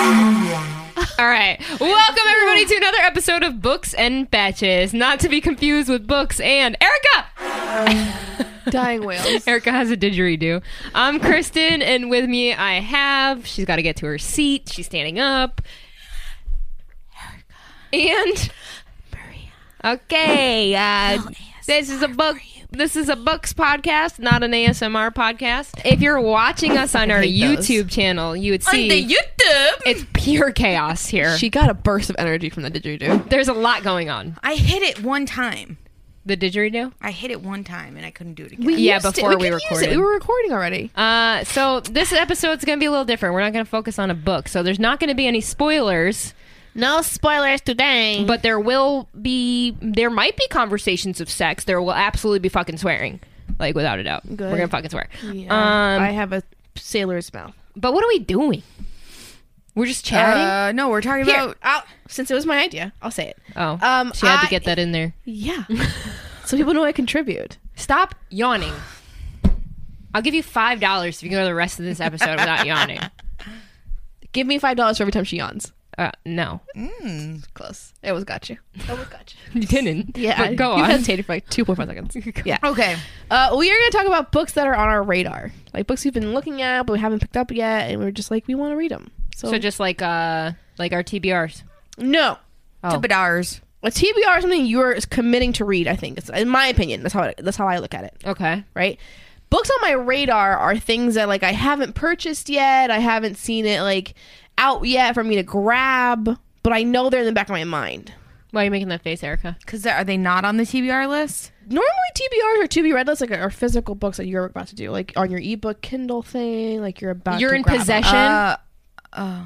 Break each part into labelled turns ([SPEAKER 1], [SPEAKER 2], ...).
[SPEAKER 1] All right. Welcome, everybody, to another episode of Books and Batches. Not to be confused with Books and Erica!
[SPEAKER 2] Dying whales.
[SPEAKER 1] Erica has a didgeridoo. I'm Kristen, and with me I have, she's got to get to her seat. She's standing up. Erica. And Maria. Okay. Uh, this is a book. This is a books podcast, not an ASMR podcast. If you're watching us on our
[SPEAKER 2] hate those.
[SPEAKER 1] YouTube channel, you would see
[SPEAKER 3] YouTube.
[SPEAKER 1] it's pure chaos here.
[SPEAKER 2] She got a burst of energy from the didgeridoo.
[SPEAKER 1] There's a lot going on.
[SPEAKER 3] I hit it one time.
[SPEAKER 1] The didgeridoo?
[SPEAKER 3] I hit it one time and I couldn't do it again.
[SPEAKER 1] Yeah, before we
[SPEAKER 2] could use
[SPEAKER 1] recorded.
[SPEAKER 2] it. We were recording already.
[SPEAKER 1] Uh, so this episode's going to be a little different. We're not going to focus on a book, so there's not going to be any spoilers.
[SPEAKER 4] No spoilers today.
[SPEAKER 1] But there will be, there might be conversations of sex. There will absolutely be fucking swearing, like without a doubt. We're gonna fucking swear. Um,
[SPEAKER 2] I have a sailor's mouth.
[SPEAKER 1] but what are we doing? We're just chatting.
[SPEAKER 3] uh, no, we're talking
[SPEAKER 2] Here,
[SPEAKER 3] about.
[SPEAKER 2] I'll- since it was my idea, I'll say it.
[SPEAKER 1] oh,
[SPEAKER 2] um,
[SPEAKER 1] she had to
[SPEAKER 2] I-
[SPEAKER 1] get that in there.
[SPEAKER 2] Yeah. so people know I contribute.
[SPEAKER 1] Stop yawning. I'll give you five dollars if you can go the rest of this episode without yawning.
[SPEAKER 2] Give me five dollars for every time she yawns.
[SPEAKER 1] Uh, no,
[SPEAKER 2] Close. It was got you. It was got you.
[SPEAKER 1] you didn't.
[SPEAKER 2] Yeah.
[SPEAKER 1] but go
[SPEAKER 2] you
[SPEAKER 1] on.
[SPEAKER 2] hesitated for like two point five seconds. yeah.
[SPEAKER 3] Okay.
[SPEAKER 2] Uh, we are going to talk about books that are on our radar, like books we've been looking at but we haven't picked up yet, and we're just like we want to read them. So,
[SPEAKER 1] So just like uh, like our TBRs.
[SPEAKER 2] no.
[SPEAKER 1] Oh.
[SPEAKER 3] Tibidars.
[SPEAKER 2] A TBR is something you're committing to read. I think, it's, in my opinion, that's how it, that's how I look at it.
[SPEAKER 1] Okay.
[SPEAKER 2] right? Books on my radar are things that like I haven't purchased yet. I haven't seen it like out yet for me to grab, but I know they're in the back of my mind.
[SPEAKER 1] Why are you making that face, Erica?
[SPEAKER 3] Because are they not on the TBR list?
[SPEAKER 2] Normally TBRs or to be read lists like are physical books that you're about to do, like on your ebook Kindle thing, like you're about
[SPEAKER 1] You're
[SPEAKER 2] to
[SPEAKER 1] in
[SPEAKER 2] grab 'em.
[SPEAKER 1] possession.
[SPEAKER 3] Uh,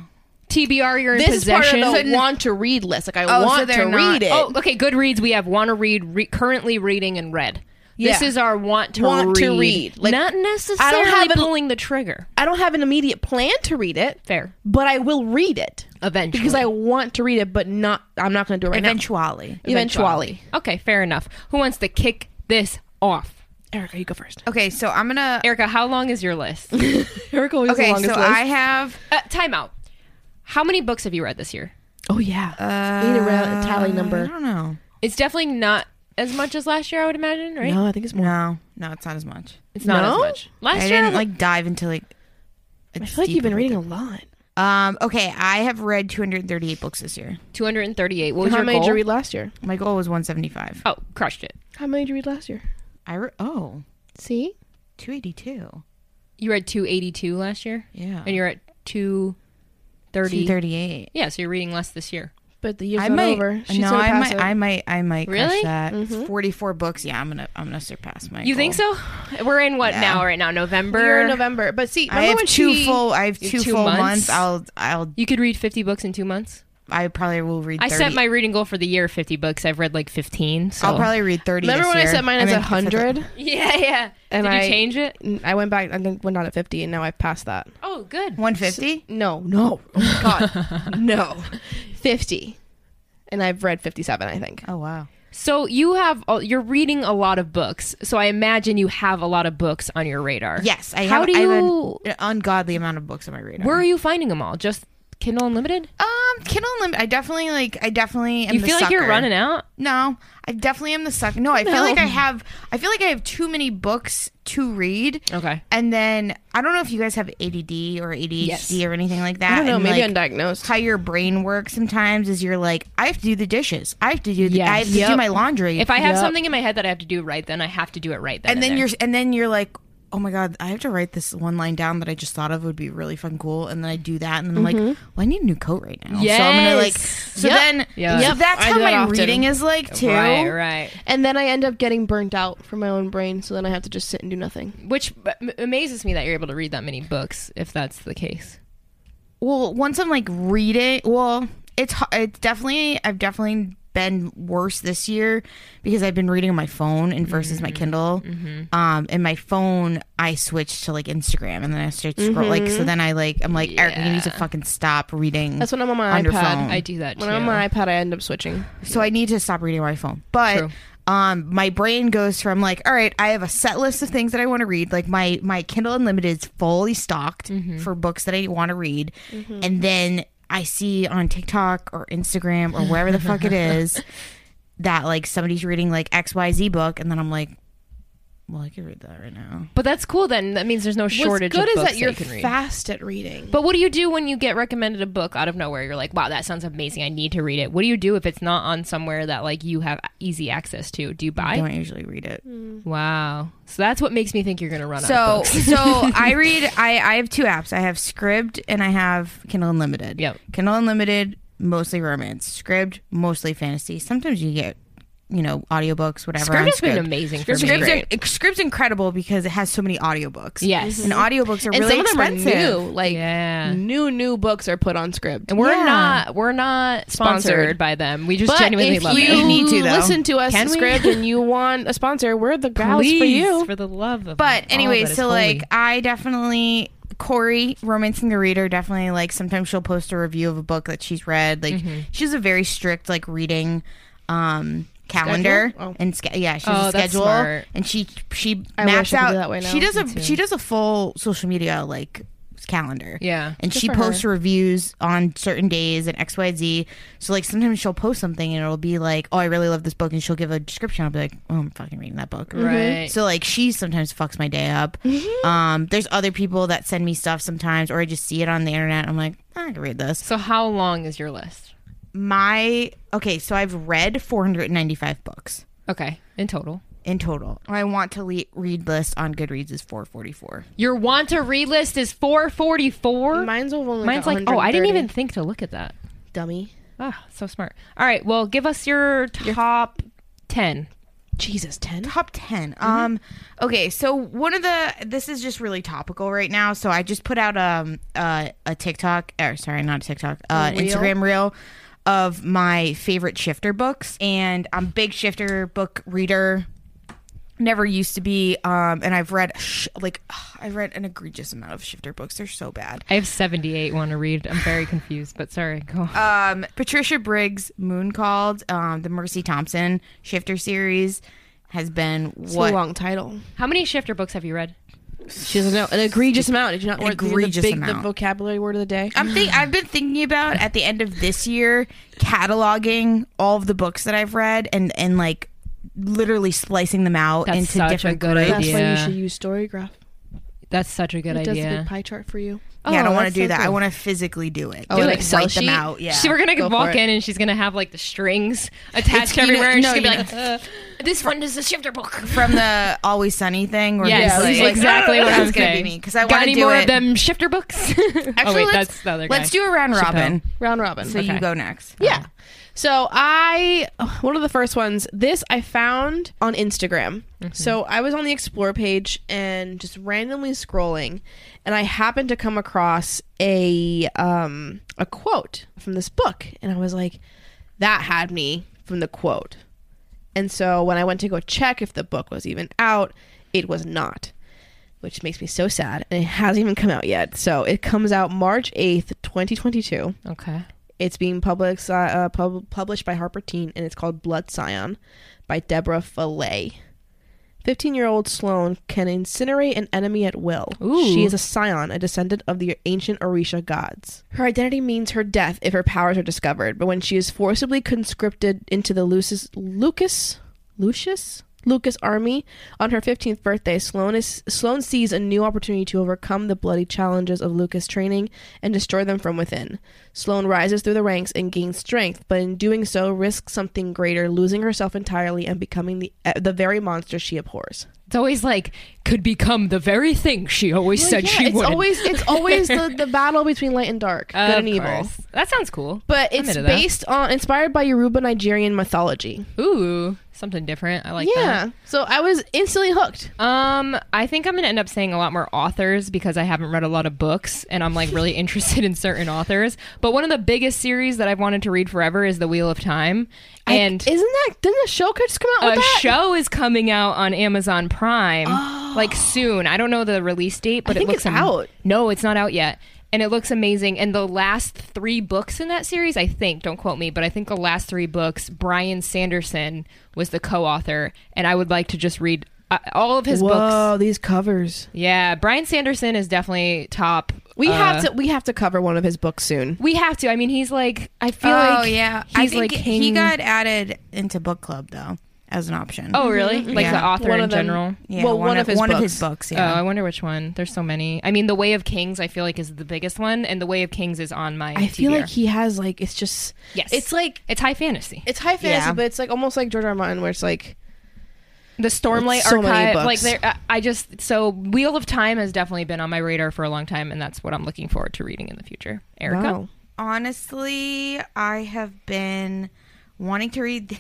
[SPEAKER 1] TBR, you're in
[SPEAKER 2] This
[SPEAKER 1] possession.
[SPEAKER 2] is part of the
[SPEAKER 3] So n-
[SPEAKER 2] want to read list. Like I
[SPEAKER 3] Oh, so
[SPEAKER 2] want
[SPEAKER 3] they're
[SPEAKER 2] to
[SPEAKER 3] not-
[SPEAKER 2] read it.
[SPEAKER 1] oh, okay. Goodreads, we have want to read, re- currently reading, and read. This
[SPEAKER 2] Yeah.
[SPEAKER 1] is our want to
[SPEAKER 2] Want
[SPEAKER 1] read.
[SPEAKER 2] to read. Like,
[SPEAKER 1] Not necessarily
[SPEAKER 2] have an-
[SPEAKER 1] pulling the trigger.
[SPEAKER 2] I don't have an immediate plan to read it,
[SPEAKER 1] Fair.
[SPEAKER 2] but I will read it
[SPEAKER 1] Eventually.
[SPEAKER 2] because I want to read it, but not I'm not going to do it right
[SPEAKER 3] eventually.
[SPEAKER 2] now. Eventually,
[SPEAKER 1] Okay, fair enough. Who wants to kick this off?
[SPEAKER 2] Erica, you go first.
[SPEAKER 3] Okay, so I'm gonna.
[SPEAKER 1] Erica, how long is your list?
[SPEAKER 2] Erica always the
[SPEAKER 3] Okay, so
[SPEAKER 2] longest list.
[SPEAKER 3] I have.
[SPEAKER 1] uh, time out. How many books have you read this year?
[SPEAKER 2] Oh yeah, uh, need a round, a tally
[SPEAKER 3] I
[SPEAKER 2] number.
[SPEAKER 3] don't know.
[SPEAKER 1] It's definitely not as much as last year, I would imagine, right?
[SPEAKER 2] No, I think it's more.
[SPEAKER 3] No, no, it's not as much.
[SPEAKER 1] It's not
[SPEAKER 2] No?
[SPEAKER 1] as much. Last
[SPEAKER 3] I
[SPEAKER 1] year,
[SPEAKER 3] didn't like dive into like.
[SPEAKER 2] I feel like you've been reading a lot.
[SPEAKER 3] Um. Okay, I have read 238 books this year.
[SPEAKER 1] 238. What was
[SPEAKER 2] How
[SPEAKER 1] your
[SPEAKER 2] many did
[SPEAKER 1] goal?
[SPEAKER 2] you read last year?
[SPEAKER 3] My goal was
[SPEAKER 2] Uh.
[SPEAKER 3] 175.
[SPEAKER 1] Oh, crushed it.
[SPEAKER 2] How many did you read last year?
[SPEAKER 3] I re- oh
[SPEAKER 2] See,
[SPEAKER 3] 282.
[SPEAKER 1] You read 282 last year?
[SPEAKER 3] Yeah.
[SPEAKER 1] and you're at 230.
[SPEAKER 3] 238.
[SPEAKER 1] Yeah, so you're reading less this year.
[SPEAKER 2] but the year's
[SPEAKER 3] I
[SPEAKER 2] not
[SPEAKER 3] might.
[SPEAKER 2] over. She's
[SPEAKER 3] no,
[SPEAKER 2] gonna
[SPEAKER 3] I
[SPEAKER 2] pass
[SPEAKER 3] might,
[SPEAKER 2] it.
[SPEAKER 3] I might. I might. crush
[SPEAKER 1] Really?
[SPEAKER 3] That It's 44 books. Yeah, I'm gonna. I'm gonna surpass my.
[SPEAKER 1] You think
[SPEAKER 3] goal.
[SPEAKER 1] so? We're in what
[SPEAKER 3] Oh. Yeah.
[SPEAKER 1] now? Right now, November.
[SPEAKER 2] You're in November, but see,
[SPEAKER 3] I
[SPEAKER 2] remember
[SPEAKER 3] have
[SPEAKER 2] when
[SPEAKER 3] two
[SPEAKER 2] she,
[SPEAKER 3] full. I have
[SPEAKER 1] You
[SPEAKER 3] two,
[SPEAKER 1] have two
[SPEAKER 3] full
[SPEAKER 1] months?
[SPEAKER 3] months. I'll. I'll.
[SPEAKER 1] You could read 50 books in two months.
[SPEAKER 3] I probably will read. 30.
[SPEAKER 1] I set my reading goal for the year 50 books. I've read like 15. So.
[SPEAKER 3] I'll probably read 30.
[SPEAKER 2] Remember
[SPEAKER 3] this
[SPEAKER 2] when I
[SPEAKER 3] year.
[SPEAKER 2] set mine
[SPEAKER 3] I
[SPEAKER 2] as
[SPEAKER 3] mean,
[SPEAKER 2] a hundred?
[SPEAKER 1] Yeah, yeah.
[SPEAKER 2] And
[SPEAKER 1] Did you
[SPEAKER 2] I-
[SPEAKER 1] change it?
[SPEAKER 2] I went back. I think went down at fifty, and now I've passed that.
[SPEAKER 1] Oh, good.
[SPEAKER 3] 150.
[SPEAKER 2] No, no, oh my God, no, fifty, and I've read fifty-seven. I think.
[SPEAKER 3] Oh wow.
[SPEAKER 1] So you have a- you're reading a lot of books. So I imagine you have a lot of books on your radar.
[SPEAKER 3] Yes, I.
[SPEAKER 1] How
[SPEAKER 3] have,
[SPEAKER 1] do
[SPEAKER 3] I have an-
[SPEAKER 1] you-
[SPEAKER 3] an ungodly amount of books on my radar.
[SPEAKER 1] Where are you finding them all? Just Kindle Unlimited?
[SPEAKER 3] um Kindle Unlimited. I definitely like. I definitely am.
[SPEAKER 1] you
[SPEAKER 3] the
[SPEAKER 1] feel like you're
[SPEAKER 3] sucker.
[SPEAKER 1] running out?
[SPEAKER 3] No, I definitely am the sucker. No, I feel like I have. I feel like I have too many books to read.
[SPEAKER 1] Okay.
[SPEAKER 3] And then I don't know if you guys have ADD or ADHD
[SPEAKER 1] Yes.
[SPEAKER 3] or anything like that.
[SPEAKER 2] I don't know.
[SPEAKER 3] and,
[SPEAKER 2] Maybe
[SPEAKER 3] like,
[SPEAKER 2] undiagnosed.
[SPEAKER 3] how your brain works sometimes is you're like, I have to do the dishes. I have to do the.
[SPEAKER 1] Yes.
[SPEAKER 3] I have to
[SPEAKER 1] Yep.
[SPEAKER 3] do my laundry.
[SPEAKER 1] If I have
[SPEAKER 2] Yep.
[SPEAKER 1] something in my head that I have to do right then, I have to do it right then.
[SPEAKER 3] and then
[SPEAKER 1] there.
[SPEAKER 3] you're and then you're like, oh my god, I have to write this one line down that I just thought of would be really fun, cool. And then I do that, and then I'm like, well, I need a new coat right now. So I'm gonna like.
[SPEAKER 1] Mm-hmm. Yes.
[SPEAKER 3] So
[SPEAKER 1] Yep.
[SPEAKER 3] then,
[SPEAKER 1] Yeah.
[SPEAKER 3] so
[SPEAKER 1] Yep.
[SPEAKER 3] that's
[SPEAKER 2] I
[SPEAKER 3] how
[SPEAKER 2] do that
[SPEAKER 3] my
[SPEAKER 2] often.
[SPEAKER 3] reading is like too.
[SPEAKER 1] Right, right.
[SPEAKER 2] And then I end up getting burnt out from my own brain, so then I have to just sit and do nothing.
[SPEAKER 1] Which am- amazes me that you're able to read that many books, if that's the case.
[SPEAKER 3] Well, once I'm like reading, well, it's h- it's definitely I've definitely been worse this year because I've been reading on my phone and versus my Kindle. Um, and my phone I switched to like Instagram and then I start scroll like so then I like I'm like Eric, you need to fucking stop reading.
[SPEAKER 2] That's when I'm on my
[SPEAKER 3] on your
[SPEAKER 2] iPad.
[SPEAKER 3] phone.
[SPEAKER 1] I do that too.
[SPEAKER 2] When I'm on my iPad, I end up switching.
[SPEAKER 3] so I need to stop reading on my phone. But
[SPEAKER 1] True.
[SPEAKER 3] um my brain goes from like, all right, I have a set list of things that I want to read. Like my my Kindle Unlimited is fully stocked for books that I want to read. And then I see on TikTok or Instagram or wherever the fuck it is that like somebody's reading like XYZ book and then I'm like, well, I could read that right now.
[SPEAKER 1] But that's cool. Then that means there's no shortage.
[SPEAKER 2] What's
[SPEAKER 1] of
[SPEAKER 2] good is
[SPEAKER 1] books
[SPEAKER 2] that you're
[SPEAKER 1] you can read.
[SPEAKER 2] fast at reading.
[SPEAKER 1] But what do you do when you get recommended a book out of nowhere? You're like, wow, that sounds amazing. I need to read it. What do you do if it's not on somewhere that like you have easy access to? Do you
[SPEAKER 3] I
[SPEAKER 1] buy?
[SPEAKER 3] don't usually read it.
[SPEAKER 1] Wow. So that's what makes me think you're gonna run out.
[SPEAKER 3] So
[SPEAKER 1] of books.
[SPEAKER 3] so I read I I have two apps. I have Scribd and I have Kindle Unlimited.
[SPEAKER 1] Yep.
[SPEAKER 3] Kindle Unlimited mostly romance. Scribd mostly fantasy. Sometimes you get you know audiobooks whatever.
[SPEAKER 1] Scribd
[SPEAKER 3] on
[SPEAKER 1] has been
[SPEAKER 3] Scribd.
[SPEAKER 1] amazing for
[SPEAKER 3] Scribd's,
[SPEAKER 1] me.
[SPEAKER 3] in- Scribd's incredible because it has so many audiobooks.
[SPEAKER 1] Yes.
[SPEAKER 3] And audiobooks are
[SPEAKER 2] and
[SPEAKER 3] really
[SPEAKER 2] some of them
[SPEAKER 3] expensive.
[SPEAKER 2] are new. Like
[SPEAKER 1] Yeah.
[SPEAKER 2] new new books are put on script.
[SPEAKER 1] And we're
[SPEAKER 3] Yeah.
[SPEAKER 1] not we're not sponsored,
[SPEAKER 2] Sponsored.
[SPEAKER 1] by them. We just
[SPEAKER 2] but
[SPEAKER 1] genuinely
[SPEAKER 2] if
[SPEAKER 1] love
[SPEAKER 2] you
[SPEAKER 1] it.
[SPEAKER 3] need to, though.
[SPEAKER 2] listen to us
[SPEAKER 1] Can
[SPEAKER 2] on
[SPEAKER 1] we?
[SPEAKER 2] script and you want a sponsor, we're the gals for you.
[SPEAKER 1] for the love of
[SPEAKER 3] But
[SPEAKER 1] all
[SPEAKER 2] Oh,
[SPEAKER 3] anyway,
[SPEAKER 1] that is
[SPEAKER 3] so
[SPEAKER 1] holy.
[SPEAKER 3] like I definitely Corey, romancing the reader, definitely like sometimes she'll post a review of a book that she's read. Like
[SPEAKER 2] Mm-hmm.
[SPEAKER 3] she's a very strict like reading um calendar
[SPEAKER 2] Schedule? Oh.
[SPEAKER 3] and ske- yeah, she
[SPEAKER 1] Oh,
[SPEAKER 3] has a
[SPEAKER 1] that's
[SPEAKER 3] schedule
[SPEAKER 1] smart.
[SPEAKER 3] and she she
[SPEAKER 2] I
[SPEAKER 3] maps
[SPEAKER 2] wish I could
[SPEAKER 3] out
[SPEAKER 2] do that way now.
[SPEAKER 3] she does
[SPEAKER 1] Me
[SPEAKER 3] a
[SPEAKER 1] too.
[SPEAKER 3] she does a full social media like calendar.
[SPEAKER 1] Yeah.
[SPEAKER 3] And she
[SPEAKER 2] for her.
[SPEAKER 3] posts reviews on certain days and XYZ. So like sometimes she'll post something and it'll be like, "Oh, I really love this book." And she'll give a description. I'll be like, "Oh, I'm fucking reading that book."
[SPEAKER 1] Right.
[SPEAKER 3] So like she sometimes fucks my day up. Um, there's other people that send me stuff sometimes, or I just see it on the internet. and I'm like, "Ah, I can read this.
[SPEAKER 1] So how long is your list?
[SPEAKER 3] My okay, so I've read 495 books
[SPEAKER 1] Okay, in total.
[SPEAKER 3] in total. My want to le- read list on Goodreads is 444.
[SPEAKER 1] Your want to read list is 444.
[SPEAKER 2] Mine's over only
[SPEAKER 1] Mine's
[SPEAKER 2] got
[SPEAKER 1] like, oh, I didn't
[SPEAKER 2] 130.
[SPEAKER 1] even think to look at that.
[SPEAKER 2] dummy.
[SPEAKER 1] Ah, so smart. All right, well, give us your top 10.
[SPEAKER 2] Jesus, ten.
[SPEAKER 3] Top 10.
[SPEAKER 2] Mm-hmm.
[SPEAKER 3] Um, okay, so one of the this is just really topical right now. So I just put out um uh, a TikTok or sorry, not a TikTok, uh,
[SPEAKER 2] Reel?
[SPEAKER 3] Instagram reel of my favorite shifter books, and I'm a big shifter book reader. Never used to be, um, and I've read sh- like I've read an egregious amount of shifter books. They're so bad.
[SPEAKER 1] I have 78 want to read. I'm very confused, but sorry. Go on.
[SPEAKER 3] Um, Patricia Briggs Moon called um, the Mercy Thompson shifter series has been
[SPEAKER 2] It's
[SPEAKER 3] what
[SPEAKER 2] a long title.
[SPEAKER 1] How many shifter books have you read?
[SPEAKER 2] She doesn't know an egregious amount. Did you not
[SPEAKER 3] An
[SPEAKER 2] word the- the
[SPEAKER 3] egregious
[SPEAKER 2] big
[SPEAKER 3] amount.
[SPEAKER 2] the vocabulary word of the day?
[SPEAKER 3] I'm think I've been thinking about at the end of this year cataloging all of the books that I've read and and like literally slicing them out
[SPEAKER 1] That's
[SPEAKER 3] into
[SPEAKER 1] such a
[SPEAKER 3] different
[SPEAKER 1] good
[SPEAKER 3] groups.
[SPEAKER 2] That's why
[SPEAKER 1] idea.
[SPEAKER 2] you should use StoryGraph.
[SPEAKER 1] That's such a good
[SPEAKER 2] it does a
[SPEAKER 1] idea.
[SPEAKER 2] big pie chart for you.
[SPEAKER 3] Yeah, I don't want to
[SPEAKER 1] Oh, that's
[SPEAKER 3] do
[SPEAKER 1] so
[SPEAKER 3] that. I
[SPEAKER 1] cool.
[SPEAKER 3] want to physically do it.
[SPEAKER 2] Oh,
[SPEAKER 3] do
[SPEAKER 2] an
[SPEAKER 3] it,
[SPEAKER 2] Excel
[SPEAKER 3] write them
[SPEAKER 2] sheet?
[SPEAKER 3] out. Yeah,
[SPEAKER 1] She, we're gonna
[SPEAKER 3] Go
[SPEAKER 1] walk
[SPEAKER 3] for it.
[SPEAKER 1] in and she's gonna have like the strings attached
[SPEAKER 3] you know-
[SPEAKER 1] everywhere, and
[SPEAKER 3] no,
[SPEAKER 1] she's gonna be
[SPEAKER 3] you
[SPEAKER 1] like, uh, "This one is a shifter book."
[SPEAKER 3] from the Always Sunny thing. Where
[SPEAKER 1] Yes,
[SPEAKER 3] it's like,
[SPEAKER 1] exactly what I'm
[SPEAKER 3] that's gonna be
[SPEAKER 1] saying.
[SPEAKER 3] me because I
[SPEAKER 1] Got
[SPEAKER 3] want to
[SPEAKER 1] any
[SPEAKER 3] do
[SPEAKER 1] more
[SPEAKER 3] it.
[SPEAKER 1] of them shifter books? Actually,
[SPEAKER 3] Actually, let's,
[SPEAKER 1] that's the other guy.
[SPEAKER 3] let's do a round robin.
[SPEAKER 2] Round robin.
[SPEAKER 3] So
[SPEAKER 1] Okay.
[SPEAKER 3] you go next.
[SPEAKER 2] Yeah. So I one of the first ones this I found on Instagram. So I was on the explore page and just randomly scrolling and I happened to come across a um a quote from this book and I was like that had me from the quote. And so when I went to go check if the book was even out, it was not. Which makes me so sad. And it hasn't even come out yet. So it comes out March 8th, 2022.
[SPEAKER 1] Okay.
[SPEAKER 2] It's being public, uh, pub- published by Harper Teen, and it's called Blood Scion by Deborah Fillet. 15 year old Sloane can incinerate an enemy at will.
[SPEAKER 1] Ooh.
[SPEAKER 2] She is a scion, a descendant of the ancient Orisha gods. Her identity means her death if her powers are discovered, but when she is forcibly conscripted into the Lucis, Lucas. Lucius? Lucas Army. On her 15th birthday, Sloan, is, Sloan sees a new opportunity to overcome the bloody challenges of Lucas training and destroy them from within. Sloan rises through the ranks and gains strength, but in doing so risks something greater, losing herself entirely and becoming the, uh, the very monster she abhors.
[SPEAKER 1] It's always like could become the very thing she always said she
[SPEAKER 2] it's
[SPEAKER 1] would.
[SPEAKER 2] always it's always the, the battle between light and dark, good and evil.
[SPEAKER 1] That sounds cool.
[SPEAKER 2] But
[SPEAKER 1] I'm
[SPEAKER 2] it's
[SPEAKER 1] into that.
[SPEAKER 2] based on inspired by Yoruba Nigerian mythology.
[SPEAKER 1] Ooh, something different. I like
[SPEAKER 2] yeah. So I was instantly hooked.
[SPEAKER 1] that. Um, I think I'm gonna end up saying a lot more authors because I haven't read a lot of books and I'm like really interested in certain authors. But one of the biggest series that I've wanted to read forever is The Wheel of Time. And
[SPEAKER 2] I, isn't that didn't a show just come out with
[SPEAKER 1] a
[SPEAKER 2] that?
[SPEAKER 1] show is coming out on Amazon Prime like soon. I don't know the release date, but
[SPEAKER 2] Oh. think
[SPEAKER 1] it looks
[SPEAKER 2] it's out.
[SPEAKER 1] No, it's not out yet. And it looks amazing. And the last three books in that series, I think, don't quote me, but I think the last three books, Brian Sanderson was the co author. And I would like to just read uh, all of his books.
[SPEAKER 2] Whoa, these covers.
[SPEAKER 1] Yeah, Brian Sanderson is definitely top.
[SPEAKER 2] We
[SPEAKER 1] uh,
[SPEAKER 2] have to we have to cover one of his books soon.
[SPEAKER 1] We have to. I mean, he's like. I feel
[SPEAKER 3] oh
[SPEAKER 1] like.
[SPEAKER 3] yeah, I
[SPEAKER 1] He's
[SPEAKER 3] think
[SPEAKER 1] like king.
[SPEAKER 3] he got added into book club though as an option.
[SPEAKER 1] Oh really? Like
[SPEAKER 3] Mm-hmm. Yeah.
[SPEAKER 1] the author
[SPEAKER 2] Mm-hmm. One
[SPEAKER 1] in
[SPEAKER 2] of them-
[SPEAKER 1] general.
[SPEAKER 3] yeah,
[SPEAKER 2] well, one of his
[SPEAKER 3] one of
[SPEAKER 2] books.
[SPEAKER 3] his books.
[SPEAKER 1] Oh, I
[SPEAKER 3] Yeah,
[SPEAKER 1] wonder which one. There's so many. I mean, The Way of Kings, I feel like, is the biggest one, and The Way of Kings is on my.
[SPEAKER 2] I feel
[SPEAKER 1] TBR.
[SPEAKER 2] like he has like it's just
[SPEAKER 1] yes,
[SPEAKER 2] it's like
[SPEAKER 1] it's high fantasy.
[SPEAKER 2] it's high fantasy,
[SPEAKER 3] Yeah.
[SPEAKER 2] but it's like almost like George R. R. Martin, where it's like
[SPEAKER 1] The Stormlight
[SPEAKER 2] It's so many
[SPEAKER 1] Archive,
[SPEAKER 2] books.
[SPEAKER 1] like there, uh, I- I just so Wheel of Time has definitely been on my radar for a long time, and that's what I'm looking forward to reading in the future. Erica,
[SPEAKER 2] wow.
[SPEAKER 3] honestly, I have been wanting to read the,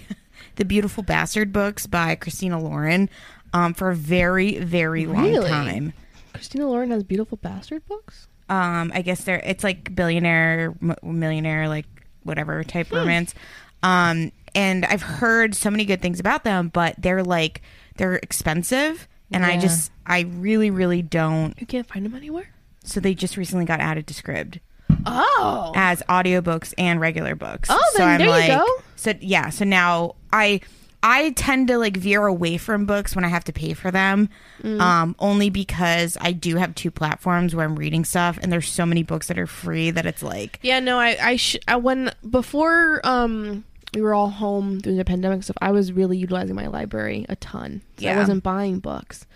[SPEAKER 3] the Beautiful Bastard books by Christina Lauren um, for a very, very long
[SPEAKER 2] Really?
[SPEAKER 3] time.
[SPEAKER 2] Christina Lauren has beautiful bastard books.
[SPEAKER 3] um i guess they're it's like billionaire m- millionaire like whatever type romance um and i've heard so many good things about them but they're like they're expensive and i
[SPEAKER 1] Yeah.
[SPEAKER 3] just i really really don't
[SPEAKER 2] You can't find them anywhere.
[SPEAKER 3] so they just recently got added to scribd
[SPEAKER 2] Oh,
[SPEAKER 3] as audiobooks and regular books
[SPEAKER 2] Oh,
[SPEAKER 3] so
[SPEAKER 2] then
[SPEAKER 3] i'm
[SPEAKER 2] there you
[SPEAKER 3] like
[SPEAKER 2] go.
[SPEAKER 3] so yeah so now i i tend to like veer away from books when i have to pay for them
[SPEAKER 2] Mm.
[SPEAKER 3] um only because i do have two platforms where i'm reading stuff and there's so many books that are free that it's like
[SPEAKER 2] yeah. No, I I, sh- I when before um we were all home during the pandemic stuff, I was really utilizing my library a ton. So I
[SPEAKER 3] Yeah.
[SPEAKER 2] wasn't buying books,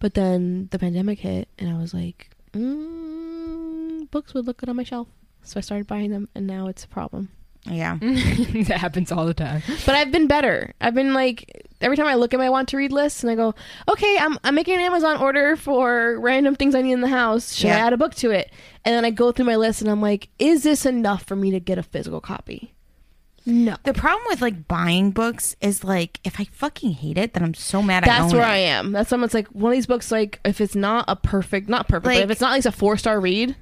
[SPEAKER 2] but then the pandemic hit, and I was like, mm, books would look good on my shelf. So I started buying them, and now it's a problem.
[SPEAKER 3] yeah
[SPEAKER 1] that happens all the time.
[SPEAKER 2] But I've been better. I've been like every time I look at my want to read list and I go, okay, I'm I'm making an Amazon order for random things I need in the house. Should I
[SPEAKER 3] Yeah.
[SPEAKER 2] add a book to it? And then I go through my list and I'm like, is this enough for me to get a physical copy? No.
[SPEAKER 3] the problem with like buying books is like if i fucking hate it then i'm so mad
[SPEAKER 2] That's
[SPEAKER 3] I own
[SPEAKER 2] where
[SPEAKER 3] it.
[SPEAKER 2] I am. That's someone's like one of these books. Like if it's not a perfect, not perfect, but
[SPEAKER 3] Like-
[SPEAKER 2] if it's not at least a four star read,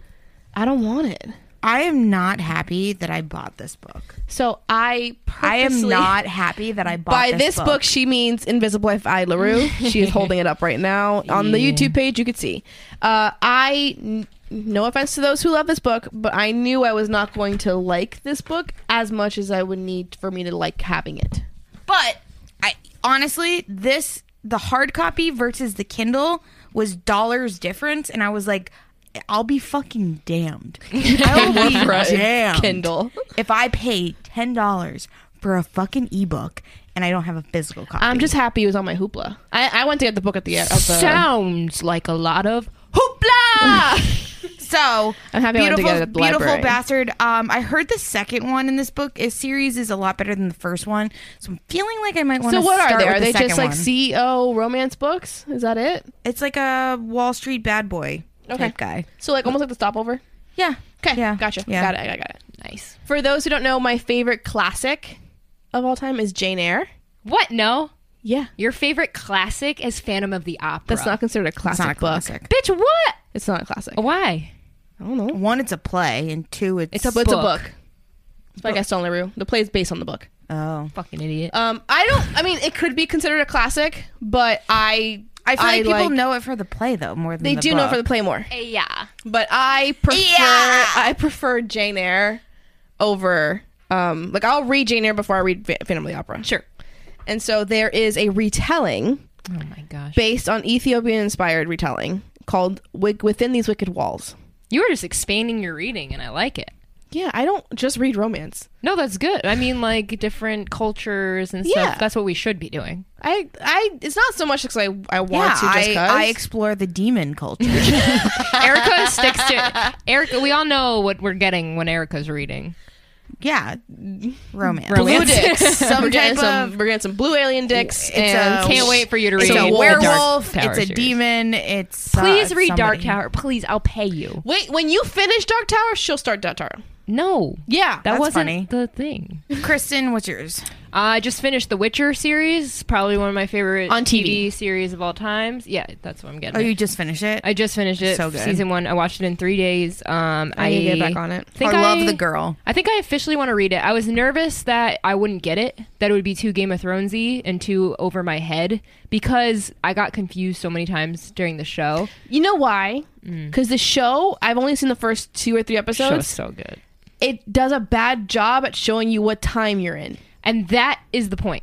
[SPEAKER 2] I don't want it.
[SPEAKER 3] i am not happy that i bought this book
[SPEAKER 2] So I purposely,
[SPEAKER 3] i am not happy that i bought
[SPEAKER 2] By this
[SPEAKER 3] this,
[SPEAKER 2] book. she means Invisible Life I LaRue. she is holding it up right now on the YouTube page. You could see. Uh, I, n- no offense to those who love this book, but I knew I was not going to like this book as much as I would need for me to like having it.
[SPEAKER 3] But I honestly, this the hard copy versus the Kindle was dollars difference, and I was like, I'll be fucking damned. I will be damned
[SPEAKER 2] Kindle.
[SPEAKER 3] if I pay ten dollars for a fucking ebook and I don't have a physical copy.
[SPEAKER 2] I'm just happy it was on my hoopla. I, I went to get the book at the end. Of the,
[SPEAKER 1] Sounds like a lot of
[SPEAKER 3] hoopla. so
[SPEAKER 2] I'm happy I went to
[SPEAKER 3] beautiful,
[SPEAKER 2] get it at the
[SPEAKER 3] beautiful
[SPEAKER 2] library.
[SPEAKER 3] bastard. Um, I heard the second one in this book is series is a lot better than the first one, so I'm feeling like I might want
[SPEAKER 2] so
[SPEAKER 3] to.
[SPEAKER 2] what are they? Are they just like
[SPEAKER 3] one.
[SPEAKER 2] CEO romance books? Is that it?
[SPEAKER 3] It's like a Wall Street bad boy
[SPEAKER 2] Okay.
[SPEAKER 3] type guy.
[SPEAKER 2] So like almost like the stopover.
[SPEAKER 3] Yeah.
[SPEAKER 2] Okay,
[SPEAKER 3] Yeah.
[SPEAKER 2] gotcha.
[SPEAKER 3] Yeah.
[SPEAKER 2] Got it. I got it.
[SPEAKER 1] nice.
[SPEAKER 2] For those who don't know, my favorite classic of all time is Jane Eyre.
[SPEAKER 1] What? No,
[SPEAKER 2] Yeah.
[SPEAKER 1] your favorite classic is Phantom of the Opera.
[SPEAKER 2] That's not considered a
[SPEAKER 3] It's
[SPEAKER 2] classic
[SPEAKER 3] not a
[SPEAKER 2] book.
[SPEAKER 3] classic.
[SPEAKER 1] bitch. What?
[SPEAKER 2] It's not a classic.
[SPEAKER 1] Why?
[SPEAKER 2] I don't know.
[SPEAKER 3] One, it's a play, and two, it's,
[SPEAKER 1] It's a
[SPEAKER 2] But it's a
[SPEAKER 1] Book.
[SPEAKER 2] book. It's by Gaston LaRue. The play is based on the book.
[SPEAKER 3] Oh,
[SPEAKER 1] Fucking idiot.
[SPEAKER 2] Um, I don't. I mean, it could be considered a classic, but I
[SPEAKER 3] I feel like people
[SPEAKER 2] like-
[SPEAKER 3] know it for the play though more than
[SPEAKER 2] They
[SPEAKER 3] the
[SPEAKER 2] do know for the
[SPEAKER 3] book.
[SPEAKER 2] play more,
[SPEAKER 1] yeah.
[SPEAKER 2] but I prefer
[SPEAKER 3] Yeah.
[SPEAKER 2] I prefer Jane Eyre over um like I'll read Jane Eyre before I read Fa- Phantom of the Opera.
[SPEAKER 1] Sure.
[SPEAKER 2] And so there is a retelling
[SPEAKER 1] Oh my gosh.
[SPEAKER 2] based on Ethiopian inspired retelling called Wig- Within These Wicked Walls.
[SPEAKER 1] You were just expanding your reading, and I like it.
[SPEAKER 2] Yeah, I don't just read romance.
[SPEAKER 1] No, that's good. I mean, like different cultures and stuff.
[SPEAKER 2] Yeah.
[SPEAKER 1] That's what we should be doing.
[SPEAKER 2] I, I, it's not so much because I, I want
[SPEAKER 3] Yeah,
[SPEAKER 2] to just
[SPEAKER 3] I,
[SPEAKER 2] cause.
[SPEAKER 3] I explore the demon culture.
[SPEAKER 1] Erica sticks to Erica. We all know what we're getting when Erica's reading.
[SPEAKER 3] yeah, romance.
[SPEAKER 2] blue
[SPEAKER 1] Romance.
[SPEAKER 2] dicks.
[SPEAKER 3] Some
[SPEAKER 2] we're, getting
[SPEAKER 3] type
[SPEAKER 2] some,
[SPEAKER 3] of-
[SPEAKER 2] we're getting some blue alien dicks.
[SPEAKER 3] It's
[SPEAKER 2] and
[SPEAKER 3] a-
[SPEAKER 1] Can't wait for you to
[SPEAKER 3] It's
[SPEAKER 1] read.
[SPEAKER 3] a
[SPEAKER 1] the
[SPEAKER 3] werewolf.
[SPEAKER 1] Dark Tower
[SPEAKER 3] It's a
[SPEAKER 1] series.
[SPEAKER 3] demon. It's uh,
[SPEAKER 1] Please read Dark
[SPEAKER 3] somebody.
[SPEAKER 1] Tower. Please, I'll pay you.
[SPEAKER 2] Wait, when you finish Dark Tower, she'll start Dark Tower.
[SPEAKER 1] No,
[SPEAKER 2] Yeah,
[SPEAKER 1] that
[SPEAKER 3] That's
[SPEAKER 1] wasn't
[SPEAKER 3] funny.
[SPEAKER 1] the thing.
[SPEAKER 3] Kristen, what's yours?
[SPEAKER 1] I just finished the Witcher series. Probably one of my favorite
[SPEAKER 2] On TV.
[SPEAKER 1] TV. series of all times. Yeah, that's what I'm getting.
[SPEAKER 3] Oh,
[SPEAKER 1] at.
[SPEAKER 3] you just finished it.
[SPEAKER 1] I just finished it.
[SPEAKER 3] So good.
[SPEAKER 1] Season one. I watched it in three days. Um, I,
[SPEAKER 2] I need to get back on it.
[SPEAKER 1] Think
[SPEAKER 3] I love
[SPEAKER 1] I-
[SPEAKER 3] the girl.
[SPEAKER 1] I think I officially want to read it. I was nervous that I wouldn't get it, that it would be too Game of Thronesy and too over my head because I got confused so many times during the show.
[SPEAKER 2] You know why? Because the show, I've only seen the first two or three
[SPEAKER 1] Mm. Show is
[SPEAKER 2] episodes.
[SPEAKER 1] so good,
[SPEAKER 2] It does a bad job at showing you what time you're in.
[SPEAKER 1] and that is the point.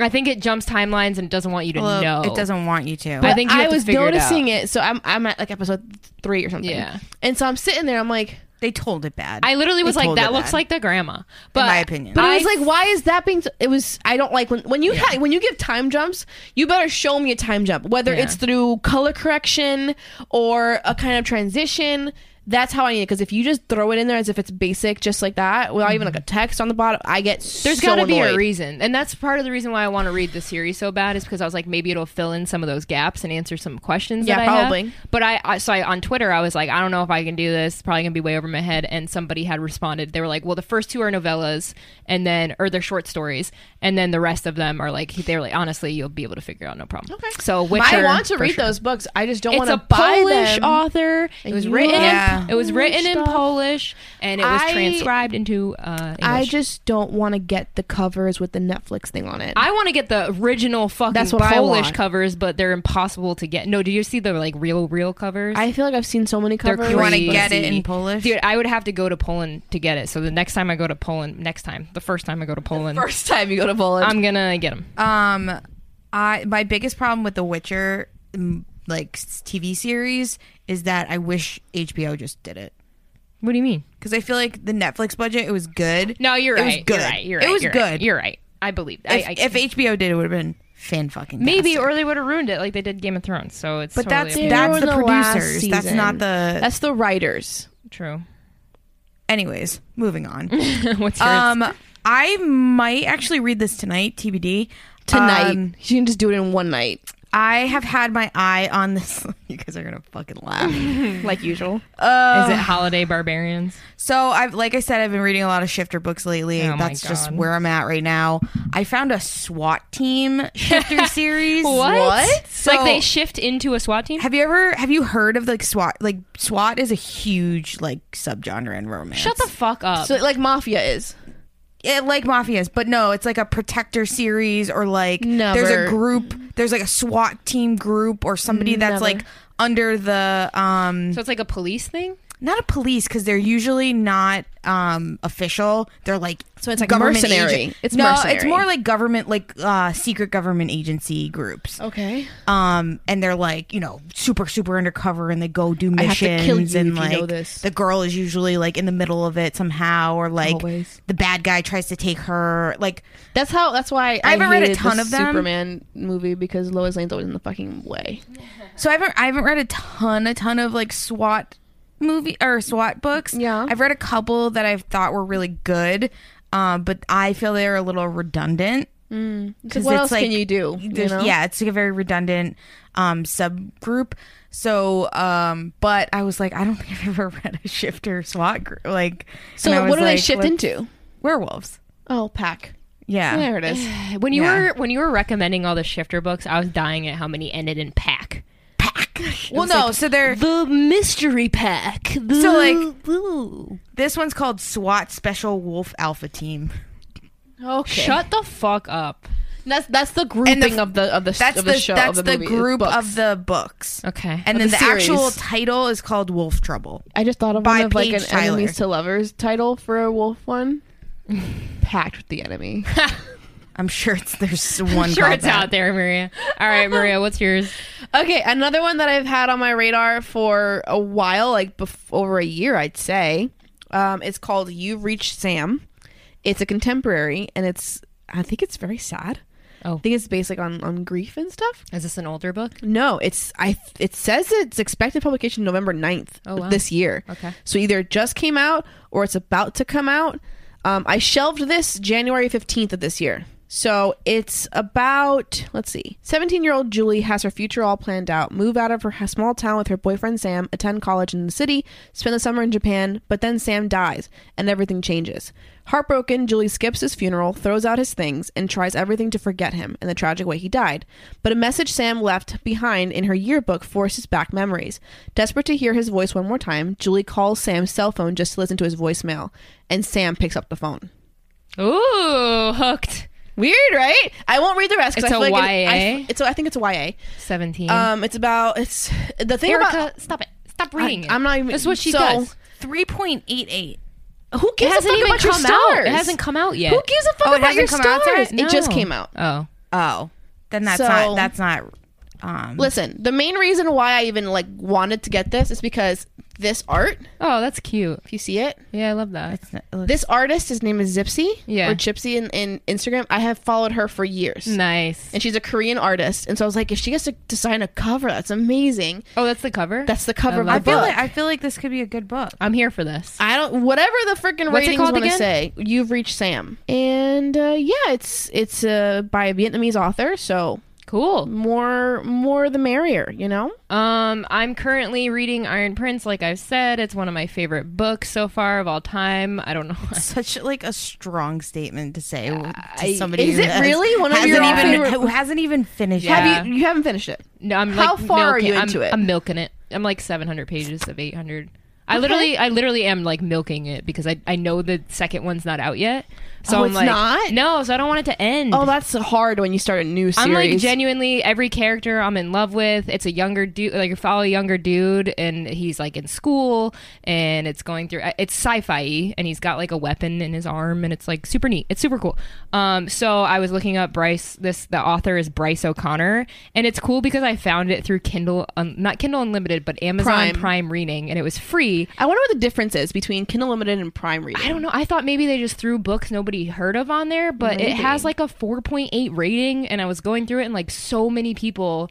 [SPEAKER 1] I think it jumps timelines and it doesn't want you to
[SPEAKER 3] Well,
[SPEAKER 1] know.
[SPEAKER 3] It doesn't want you to.
[SPEAKER 1] But- I think you
[SPEAKER 2] I
[SPEAKER 1] have to
[SPEAKER 2] was
[SPEAKER 1] figure it
[SPEAKER 2] noticing it, so I'm I'm at like episode three or something.
[SPEAKER 1] Yeah.
[SPEAKER 2] And so I'm sitting there, I'm like,
[SPEAKER 3] they told it bad.
[SPEAKER 1] I literally was
[SPEAKER 3] They
[SPEAKER 1] like,
[SPEAKER 3] told
[SPEAKER 1] that
[SPEAKER 3] it
[SPEAKER 1] looks
[SPEAKER 3] bad.
[SPEAKER 1] like the grandma. But
[SPEAKER 3] my opinion.
[SPEAKER 2] but I, was
[SPEAKER 1] I-
[SPEAKER 2] like, why is that being? T-? It was I don't like when when you ha- when you give time jumps, you better show me a time jump, whether
[SPEAKER 1] Yeah.
[SPEAKER 2] it's through color correction or a kind of transition. That's how I need it because if you just throw it in there as if it's basic, just like that, without even like a text on the bottom, I get
[SPEAKER 1] There's
[SPEAKER 2] so
[SPEAKER 1] got to be a
[SPEAKER 2] annoyed.
[SPEAKER 1] reason, and that's part of the reason why I want to read the series so bad is because I was like, maybe it'll fill in some of those gaps and answer some questions.
[SPEAKER 2] Yeah,
[SPEAKER 1] that I have.
[SPEAKER 2] probably.
[SPEAKER 1] But I, I so I, on Twitter, I was like, I don't know if I can do this. Probably gonna be way over my head. And somebody had responded. They were like, Well, the first two are novellas, and then or they're short stories, and then the rest of them are like they were like, honestly, you'll be able to figure out no problem. Okay. So Witcher,
[SPEAKER 2] I want to
[SPEAKER 1] for
[SPEAKER 2] read
[SPEAKER 1] sure.
[SPEAKER 2] those books. I just don't
[SPEAKER 1] It's
[SPEAKER 2] want to
[SPEAKER 1] a
[SPEAKER 2] buy
[SPEAKER 1] Polish
[SPEAKER 2] them.
[SPEAKER 1] author. It was
[SPEAKER 2] you
[SPEAKER 1] written.
[SPEAKER 2] love
[SPEAKER 1] In,
[SPEAKER 3] Yeah.
[SPEAKER 1] it was written in
[SPEAKER 2] Polish stuff.
[SPEAKER 1] Polish, and it was
[SPEAKER 2] I-
[SPEAKER 1] transcribed into uh, English.
[SPEAKER 2] I just don't want to get the covers with the Netflix thing on it.
[SPEAKER 1] I want to get the original fucking
[SPEAKER 2] That's what I
[SPEAKER 1] Polish
[SPEAKER 2] want.
[SPEAKER 1] covers, but they're impossible to get. No, do you see the like real real covers?
[SPEAKER 2] I feel like I've seen so many
[SPEAKER 1] They're
[SPEAKER 2] covers.
[SPEAKER 3] you want to
[SPEAKER 1] crazy.
[SPEAKER 3] get it in Polish?
[SPEAKER 1] Dude, I would have to go to Poland to get it. So the next time I go to Poland, next time, the first time I go to Poland,
[SPEAKER 2] First time you go to Poland.
[SPEAKER 1] I'm gonna get them.
[SPEAKER 3] Um, I my biggest problem with The Witcher, mm, like s- TV series, is that I wish HBO just did it
[SPEAKER 1] What do you mean?
[SPEAKER 3] because I feel like the Netflix budget it was good.
[SPEAKER 1] No, you're
[SPEAKER 3] It was
[SPEAKER 1] right.
[SPEAKER 3] good.
[SPEAKER 1] You're right. You're right.
[SPEAKER 3] It was
[SPEAKER 1] you're
[SPEAKER 3] good.
[SPEAKER 1] Right. You're right. I believe.
[SPEAKER 3] If,
[SPEAKER 1] I, I,
[SPEAKER 3] if HBO did, it would have been fan fucking.
[SPEAKER 1] maybe, or they would have ruined it like they did Game of Thrones. So it's
[SPEAKER 3] but
[SPEAKER 1] totally
[SPEAKER 3] that's
[SPEAKER 1] up-
[SPEAKER 2] They
[SPEAKER 3] that's
[SPEAKER 2] ruined
[SPEAKER 3] the
[SPEAKER 2] the last
[SPEAKER 3] producers. that's
[SPEAKER 2] season.
[SPEAKER 3] not the.
[SPEAKER 2] That's the writers.
[SPEAKER 1] true.
[SPEAKER 3] anyways, moving on.
[SPEAKER 1] What's yours?
[SPEAKER 3] um, I might actually read this tonight, TBD.
[SPEAKER 2] Tonight,
[SPEAKER 3] Um,
[SPEAKER 2] you can just do it in one night,
[SPEAKER 3] I have had my eye on this. You guys are gonna fucking laugh. Um,
[SPEAKER 2] like usual.
[SPEAKER 1] Is
[SPEAKER 3] uh,
[SPEAKER 1] it Holiday Barbarians?
[SPEAKER 3] So I've, like I said, I've been reading a lot of shifter books lately.
[SPEAKER 1] Oh my
[SPEAKER 3] That's just
[SPEAKER 1] God.
[SPEAKER 3] where I'm at right now. I found a SWAT team shifter series. So
[SPEAKER 1] like they shift into a SWAT team?
[SPEAKER 3] have you ever have you heard of like SWAT? Like SWAT is a huge like subgenre in romance.
[SPEAKER 1] Shut the fuck up.
[SPEAKER 2] So, like mafia is.
[SPEAKER 3] it, like mafias, but no, it's like a protector series or like
[SPEAKER 2] Never.
[SPEAKER 3] there's a group, there's like a SWAT team group or somebody that's
[SPEAKER 2] Never.
[SPEAKER 3] like under the um
[SPEAKER 1] so it's like a police thing.
[SPEAKER 3] not a police because they're usually not um official. They're like
[SPEAKER 2] So it's like
[SPEAKER 3] government
[SPEAKER 2] mercenary.
[SPEAKER 3] agent-
[SPEAKER 2] It's
[SPEAKER 3] no, it's
[SPEAKER 2] mercenary.
[SPEAKER 3] more like government, like uh, secret government agency groups.
[SPEAKER 2] Okay.
[SPEAKER 3] Um, and they're like you know super super undercover, and they go do
[SPEAKER 2] have to
[SPEAKER 3] missions,
[SPEAKER 2] kill you
[SPEAKER 3] and
[SPEAKER 2] if you
[SPEAKER 3] like
[SPEAKER 2] know this.
[SPEAKER 3] the girl is usually like in the middle of it somehow, or like
[SPEAKER 2] Always.
[SPEAKER 3] the bad guy tries to take her. Like
[SPEAKER 2] That's how. That's why I,
[SPEAKER 3] haven't read a
[SPEAKER 2] hated
[SPEAKER 3] ton
[SPEAKER 2] the
[SPEAKER 3] of them.
[SPEAKER 2] Superman movie because Lois Lane's always in the fucking way.
[SPEAKER 3] so, I haven't I haven't read a ton a ton of like SWAT movie or SWAT books.
[SPEAKER 2] Yeah.
[SPEAKER 3] I've read a couple that I've thought were really good, um, but I feel they're a little redundant.
[SPEAKER 2] So
[SPEAKER 3] 'Cause
[SPEAKER 2] what
[SPEAKER 3] it's
[SPEAKER 2] else
[SPEAKER 3] like-
[SPEAKER 2] can you do? You
[SPEAKER 3] there's-
[SPEAKER 2] know?
[SPEAKER 3] Yeah, it's like a very redundant um, subgroup. So, um, but I was like, I don't think I've ever read a shifter SWAT group. Like,
[SPEAKER 2] So
[SPEAKER 3] and I
[SPEAKER 2] what
[SPEAKER 3] was
[SPEAKER 2] do they
[SPEAKER 3] like,
[SPEAKER 2] shift
[SPEAKER 3] what-
[SPEAKER 2] into?
[SPEAKER 3] Werewolves.
[SPEAKER 2] Oh, pack.
[SPEAKER 3] Yeah.
[SPEAKER 2] There it is.
[SPEAKER 1] When you
[SPEAKER 3] Yeah.
[SPEAKER 1] were when you were recommending all the shifter books, I was dying at how many ended in pack.
[SPEAKER 3] Pack. Well, no. so they're
[SPEAKER 1] The mystery pack.
[SPEAKER 3] so like this one's called SWAT Special Wolf Alpha Team.
[SPEAKER 2] Okay.
[SPEAKER 1] shut the fuck up.
[SPEAKER 2] That's that's the grouping
[SPEAKER 3] f-
[SPEAKER 2] of the of the
[SPEAKER 3] That's
[SPEAKER 2] of
[SPEAKER 3] the,
[SPEAKER 2] the, show
[SPEAKER 3] that's
[SPEAKER 2] of
[SPEAKER 3] the,
[SPEAKER 2] the, movie,
[SPEAKER 3] group
[SPEAKER 2] books.
[SPEAKER 3] of the books.
[SPEAKER 1] Okay.
[SPEAKER 3] And
[SPEAKER 2] Of
[SPEAKER 3] then
[SPEAKER 2] the
[SPEAKER 3] the, actual
[SPEAKER 2] series.
[SPEAKER 3] title is called Wolf Trouble.
[SPEAKER 2] I just thought of
[SPEAKER 3] By
[SPEAKER 2] one of like
[SPEAKER 3] Paige
[SPEAKER 2] an
[SPEAKER 3] Tyler.
[SPEAKER 2] enemies to lovers title for a wolf one. Packed with the enemy.
[SPEAKER 3] I'm sure it's there's one.
[SPEAKER 1] sure
[SPEAKER 3] called
[SPEAKER 1] it's
[SPEAKER 3] that.
[SPEAKER 1] out there, Maria. All right, Maria, what's yours?
[SPEAKER 2] okay, another one that I've had on my radar for a while, like bef- over a year, I'd say. Um, it's called "You Reached Sam." It's a contemporary, and it's I think it's very sad.
[SPEAKER 1] Oh.
[SPEAKER 2] I think it's based like on on grief and stuff.
[SPEAKER 1] Is this an older book?
[SPEAKER 2] No, it's I. It says it's expected publication November 9th
[SPEAKER 1] Oh,
[SPEAKER 2] of
[SPEAKER 1] wow.
[SPEAKER 2] this year.
[SPEAKER 1] Okay.
[SPEAKER 2] So either it just came out or it's about to come out. Um, I shelved this January 15th of this year. So it's about, let's see, 17 year old Julie has her future all planned out, move out of her ha- small town with her boyfriend Sam, attend college in the city, spend the summer in Japan, but then Sam dies and everything changes. Heartbroken, Julie skips his funeral, throws out his things, and tries everything to forget him and the tragic way he died. But a message Sam left behind in her yearbook forces back memories. Desperate to hear his voice one more time, Julie calls Sam's cell phone just to listen to his voicemail, and Sam picks up the phone.
[SPEAKER 1] Ooh, hooked.
[SPEAKER 2] Weird, right? I won't read the rest. 'cause
[SPEAKER 1] It's
[SPEAKER 2] I feel
[SPEAKER 1] a
[SPEAKER 2] like it- I
[SPEAKER 1] YA?
[SPEAKER 2] f- it's a- I think it's a YA.
[SPEAKER 1] Seventeen.
[SPEAKER 2] Um, it's about it's the thing
[SPEAKER 1] Erica,
[SPEAKER 2] about
[SPEAKER 1] stop it. Stop
[SPEAKER 2] I-
[SPEAKER 1] reading. it.
[SPEAKER 2] I'm not even.
[SPEAKER 1] That's what she
[SPEAKER 2] so,
[SPEAKER 1] does.
[SPEAKER 3] Three point eight eight.
[SPEAKER 2] Who gives a fuck about your
[SPEAKER 1] come out.
[SPEAKER 2] stars?
[SPEAKER 1] It hasn't come out yet.
[SPEAKER 2] Who gives a fuck
[SPEAKER 3] Oh, it
[SPEAKER 2] about your
[SPEAKER 3] hasn't come out
[SPEAKER 2] stars?
[SPEAKER 3] yet?
[SPEAKER 2] It just
[SPEAKER 1] No.
[SPEAKER 2] came out.
[SPEAKER 1] Oh.
[SPEAKER 3] Oh, then that's
[SPEAKER 2] So-
[SPEAKER 3] not that's not. Um,
[SPEAKER 2] Listen, the main reason why I even like wanted to get this is because this art,
[SPEAKER 1] Oh, that's cute.
[SPEAKER 2] if you see it,
[SPEAKER 1] Yeah, I love that.
[SPEAKER 3] it's not- it looks-
[SPEAKER 2] this artist, his name is Zipsy,
[SPEAKER 1] Yeah.
[SPEAKER 2] or Gypsy in, in Instagram. I have followed her for years,
[SPEAKER 1] Nice.
[SPEAKER 2] and she's a Korean artist. And so I was like, if she gets to design a cover, that's amazing.
[SPEAKER 1] Oh, that's the cover.
[SPEAKER 2] That's the cover of
[SPEAKER 1] I
[SPEAKER 2] the
[SPEAKER 3] I feel
[SPEAKER 2] book.
[SPEAKER 3] like I feel like this could be a good book.
[SPEAKER 1] I'm here for this.
[SPEAKER 2] I don't. Whatever the freaking
[SPEAKER 1] What's it
[SPEAKER 2] ratings
[SPEAKER 1] called
[SPEAKER 2] want to
[SPEAKER 1] again?
[SPEAKER 2] say, you've reached Sam, and uh, yeah, it's it's uh, by a Vietnamese author, so
[SPEAKER 1] Cool.
[SPEAKER 2] more more the merrier, you know.
[SPEAKER 1] Um, I'm currently reading Iron Prince. Like I've said, it's one of my favorite books so far of all time. I don't know. why.
[SPEAKER 3] Such like a strong statement to say
[SPEAKER 1] I-
[SPEAKER 3] to somebody.
[SPEAKER 2] is
[SPEAKER 3] who
[SPEAKER 2] it
[SPEAKER 3] has-
[SPEAKER 2] really one of
[SPEAKER 3] hasn't
[SPEAKER 2] your
[SPEAKER 3] even,
[SPEAKER 2] favorite-
[SPEAKER 3] who hasn't even finished?
[SPEAKER 1] Yeah.
[SPEAKER 3] it.
[SPEAKER 2] Have you you haven't finished it?
[SPEAKER 1] No, I'm
[SPEAKER 2] How
[SPEAKER 1] like
[SPEAKER 2] far are
[SPEAKER 1] milking-
[SPEAKER 2] you
[SPEAKER 1] I'm-
[SPEAKER 2] into it?
[SPEAKER 1] I'm milking it. I'm like 700 pages of 800. I literally, I literally am like milking it because I, I know the second one's not out yet. So
[SPEAKER 2] Oh,
[SPEAKER 1] I'm
[SPEAKER 2] it's
[SPEAKER 1] like,
[SPEAKER 2] not?
[SPEAKER 1] no, so I don't want it to end.
[SPEAKER 2] Oh, that's hard when you start a new series.
[SPEAKER 1] I'm like genuinely every character I'm in love with. It's a younger dude, like you follow a younger dude, and he's like in school, and it's going through. uh, It's sci-fi, and he's got like a weapon in his arm, and it's like super neat. It's super cool. Um, so I was looking up Bryce. This the author is Bryce O'Connor, and it's cool because I found it through Kindle, um, not Kindle Unlimited, but Amazon
[SPEAKER 2] Prime.
[SPEAKER 1] Prime, Reading, and it was free.
[SPEAKER 2] I wonder what the difference is between Kindle Limited and Prime Reading.
[SPEAKER 1] I don't know. I thought maybe they just threw books nobody heard of on there, but it has like a 4.8 rating. And I was going through it, and like so many people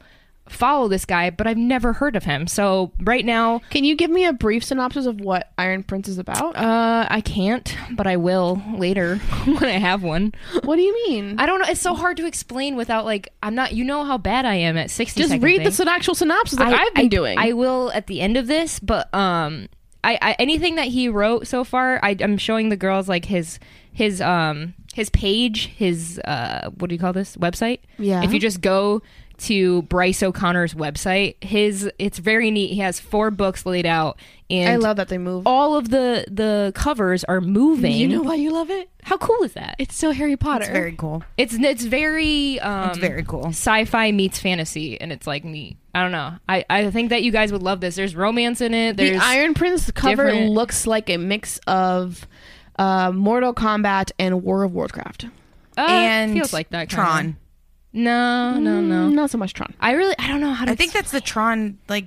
[SPEAKER 1] follow this guy, but I've never heard of him. So right now,
[SPEAKER 2] Can you give me a brief synopsis of what Iron Prince is about?
[SPEAKER 1] uh, I can't, but I will later when I have one.
[SPEAKER 2] what do you mean?
[SPEAKER 1] I don't know. It's so hard to explain without like I'm not. You know how bad I am at 60.
[SPEAKER 2] Just
[SPEAKER 1] second
[SPEAKER 2] read the
[SPEAKER 1] things.
[SPEAKER 2] syn- actual synopsis like I, have been doing.
[SPEAKER 1] I will at the end of this, but um, I, I anything that he wrote so far, I, I'm showing the girls like his his um his page, his uh, what do you call this website?
[SPEAKER 2] Yeah.
[SPEAKER 1] If you just go to Bryce O'Connor's website, his it's very neat. He has four books laid out, and
[SPEAKER 2] I love that they move.
[SPEAKER 1] all of the the covers are moving.
[SPEAKER 2] you know why you love it?
[SPEAKER 1] how cool is that?
[SPEAKER 2] It's so Harry Potter.
[SPEAKER 3] It's very cool.
[SPEAKER 1] It's it's very um,
[SPEAKER 3] It's very cool.
[SPEAKER 1] sci-fi meets fantasy, and it's like neat. I don't know. I, I think that you guys would love this. There's romance in it. There's
[SPEAKER 2] the Iron Prince cover
[SPEAKER 1] different-
[SPEAKER 2] looks like a mix of uh, Mortal Kombat and War of Warcraft.
[SPEAKER 1] uh,
[SPEAKER 3] and
[SPEAKER 1] feels like that kinda.
[SPEAKER 3] Tron.
[SPEAKER 1] No, no, no.
[SPEAKER 2] Mm, Not so much Tron.
[SPEAKER 1] I really I don't know how to.
[SPEAKER 3] I think that's the Tron. Like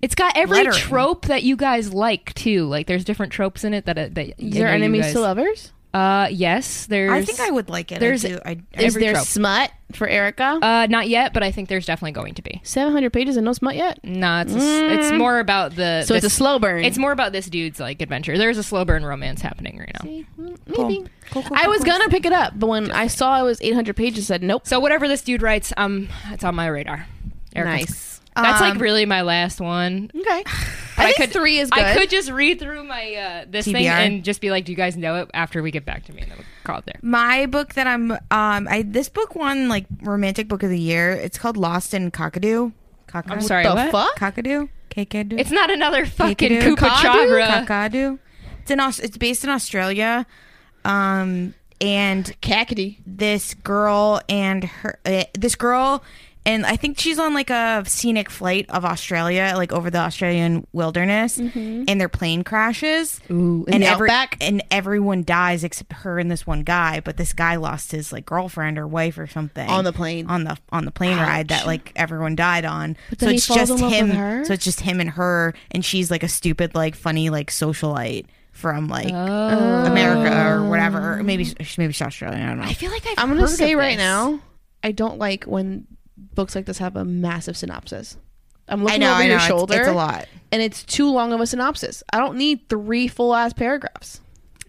[SPEAKER 1] it's got every
[SPEAKER 3] lettering.
[SPEAKER 1] trope that you guys like too. Like there's different tropes in it that that. that
[SPEAKER 2] Is there enemies to lovers?
[SPEAKER 1] Uh, yes. There's.
[SPEAKER 3] I think I would like it.
[SPEAKER 1] there's-
[SPEAKER 3] I do. I,
[SPEAKER 1] Is
[SPEAKER 2] Is
[SPEAKER 1] Every
[SPEAKER 2] there
[SPEAKER 1] there trope.
[SPEAKER 2] smut for Erica?
[SPEAKER 1] Uh, not yet, but I think there's definitely going to be.
[SPEAKER 2] 700 pages and no smut yet.
[SPEAKER 1] Nah, it's a s it's more about the.
[SPEAKER 2] Mm. So it's a
[SPEAKER 1] this-
[SPEAKER 2] slow burn.
[SPEAKER 1] It's more about this dude's like adventure. There's a slow burn romance happening right now.
[SPEAKER 2] Mm, maybe. I was gonna pick it up, but when I saw it was 800 pages, I said nope.
[SPEAKER 1] So whatever this dude writes, um, it's on my radar. Erica's-
[SPEAKER 2] Nice.
[SPEAKER 1] That's
[SPEAKER 3] Um,
[SPEAKER 1] like really my last one.
[SPEAKER 2] Okay.
[SPEAKER 1] But
[SPEAKER 2] I, think
[SPEAKER 1] could-
[SPEAKER 2] three is good.
[SPEAKER 1] I could just read through my uh, this thing
[SPEAKER 3] TBR.
[SPEAKER 1] and just be like, "Do you guys know it?" After we get back to me, and then we'll call it there.
[SPEAKER 3] my book that I'm um I this book won like romantic book of the year. It's called Lost in Cockadoo. Cockadoo.
[SPEAKER 1] I'm sorry.
[SPEAKER 2] the
[SPEAKER 1] what?
[SPEAKER 2] fuck?
[SPEAKER 3] Cockadoo. Cockadoo.
[SPEAKER 1] It's not another fucking
[SPEAKER 3] Kakadu.
[SPEAKER 1] Kupachabra.
[SPEAKER 3] Kakadu. It's in Aus- it's based in Australia. Um and
[SPEAKER 2] Cackety.
[SPEAKER 3] this girl and her uh, this girl and I think she's on like a scenic flight of Australia, like over the Australian wilderness, and their plane crashes. Ooh,
[SPEAKER 2] in the outback?
[SPEAKER 3] and everyone dies except her and this one guy. But this guy lost his like girlfriend or wife or something
[SPEAKER 2] On the plane.
[SPEAKER 3] on the on the plane ride that like everyone died on. so
[SPEAKER 2] then he
[SPEAKER 3] it's
[SPEAKER 2] falls
[SPEAKER 3] just
[SPEAKER 2] in love with
[SPEAKER 3] him.
[SPEAKER 2] her?
[SPEAKER 3] So it's just him and her, and she's like a stupid, like funny, like socialite from like America or whatever. Or Maybe
[SPEAKER 2] Oh.
[SPEAKER 3] she- maybe she's Australian. I don't know.
[SPEAKER 1] Oh. I feel like I've
[SPEAKER 2] I'm gonna
[SPEAKER 1] heard of
[SPEAKER 2] say right
[SPEAKER 1] this.
[SPEAKER 2] now, I don't like when books like this have a massive synopsis. I'm
[SPEAKER 3] I
[SPEAKER 2] looking
[SPEAKER 3] know.
[SPEAKER 2] over
[SPEAKER 3] I know.
[SPEAKER 2] your
[SPEAKER 3] it's-
[SPEAKER 2] shoulder,
[SPEAKER 3] it's a lot.
[SPEAKER 2] and it's too long of a synopsis. I don't need three full ass paragraphs.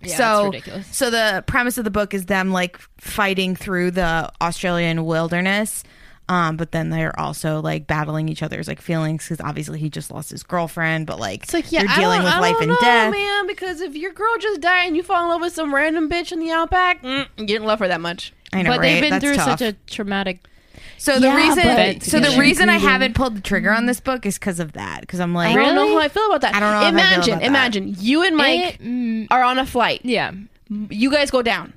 [SPEAKER 1] Yeah,
[SPEAKER 3] so
[SPEAKER 1] it's ridiculous.
[SPEAKER 3] so the premise of the book is them like fighting through the Australian wilderness. Um, but then they're also like battling each other's like feelings because obviously he just lost his girlfriend, but like,
[SPEAKER 2] It's like yeah,
[SPEAKER 3] you're
[SPEAKER 2] I
[SPEAKER 3] dealing
[SPEAKER 2] don't-
[SPEAKER 3] with
[SPEAKER 2] I
[SPEAKER 3] life
[SPEAKER 2] don't
[SPEAKER 3] and
[SPEAKER 2] know,
[SPEAKER 3] death.
[SPEAKER 2] man. Because if your girl just died and you fall in love with some random bitch in the outback, mm, you didn't love her that much.
[SPEAKER 3] I know,
[SPEAKER 1] but
[SPEAKER 3] right?
[SPEAKER 1] they've been
[SPEAKER 3] That's
[SPEAKER 1] through
[SPEAKER 3] tough.
[SPEAKER 1] such a traumatic.
[SPEAKER 3] So the
[SPEAKER 1] Yeah,
[SPEAKER 3] reason,
[SPEAKER 1] but-
[SPEAKER 3] so the
[SPEAKER 1] Yeah.
[SPEAKER 3] reason I haven't pulled the trigger on this book is because of that. Because I'm like,
[SPEAKER 2] I don't know how I feel about that.
[SPEAKER 3] I don't know how I feel
[SPEAKER 2] Imagine,
[SPEAKER 3] about that.
[SPEAKER 2] imagine you and Mike
[SPEAKER 1] It- mm,
[SPEAKER 2] are on a flight.
[SPEAKER 1] yeah,
[SPEAKER 2] You guys go down.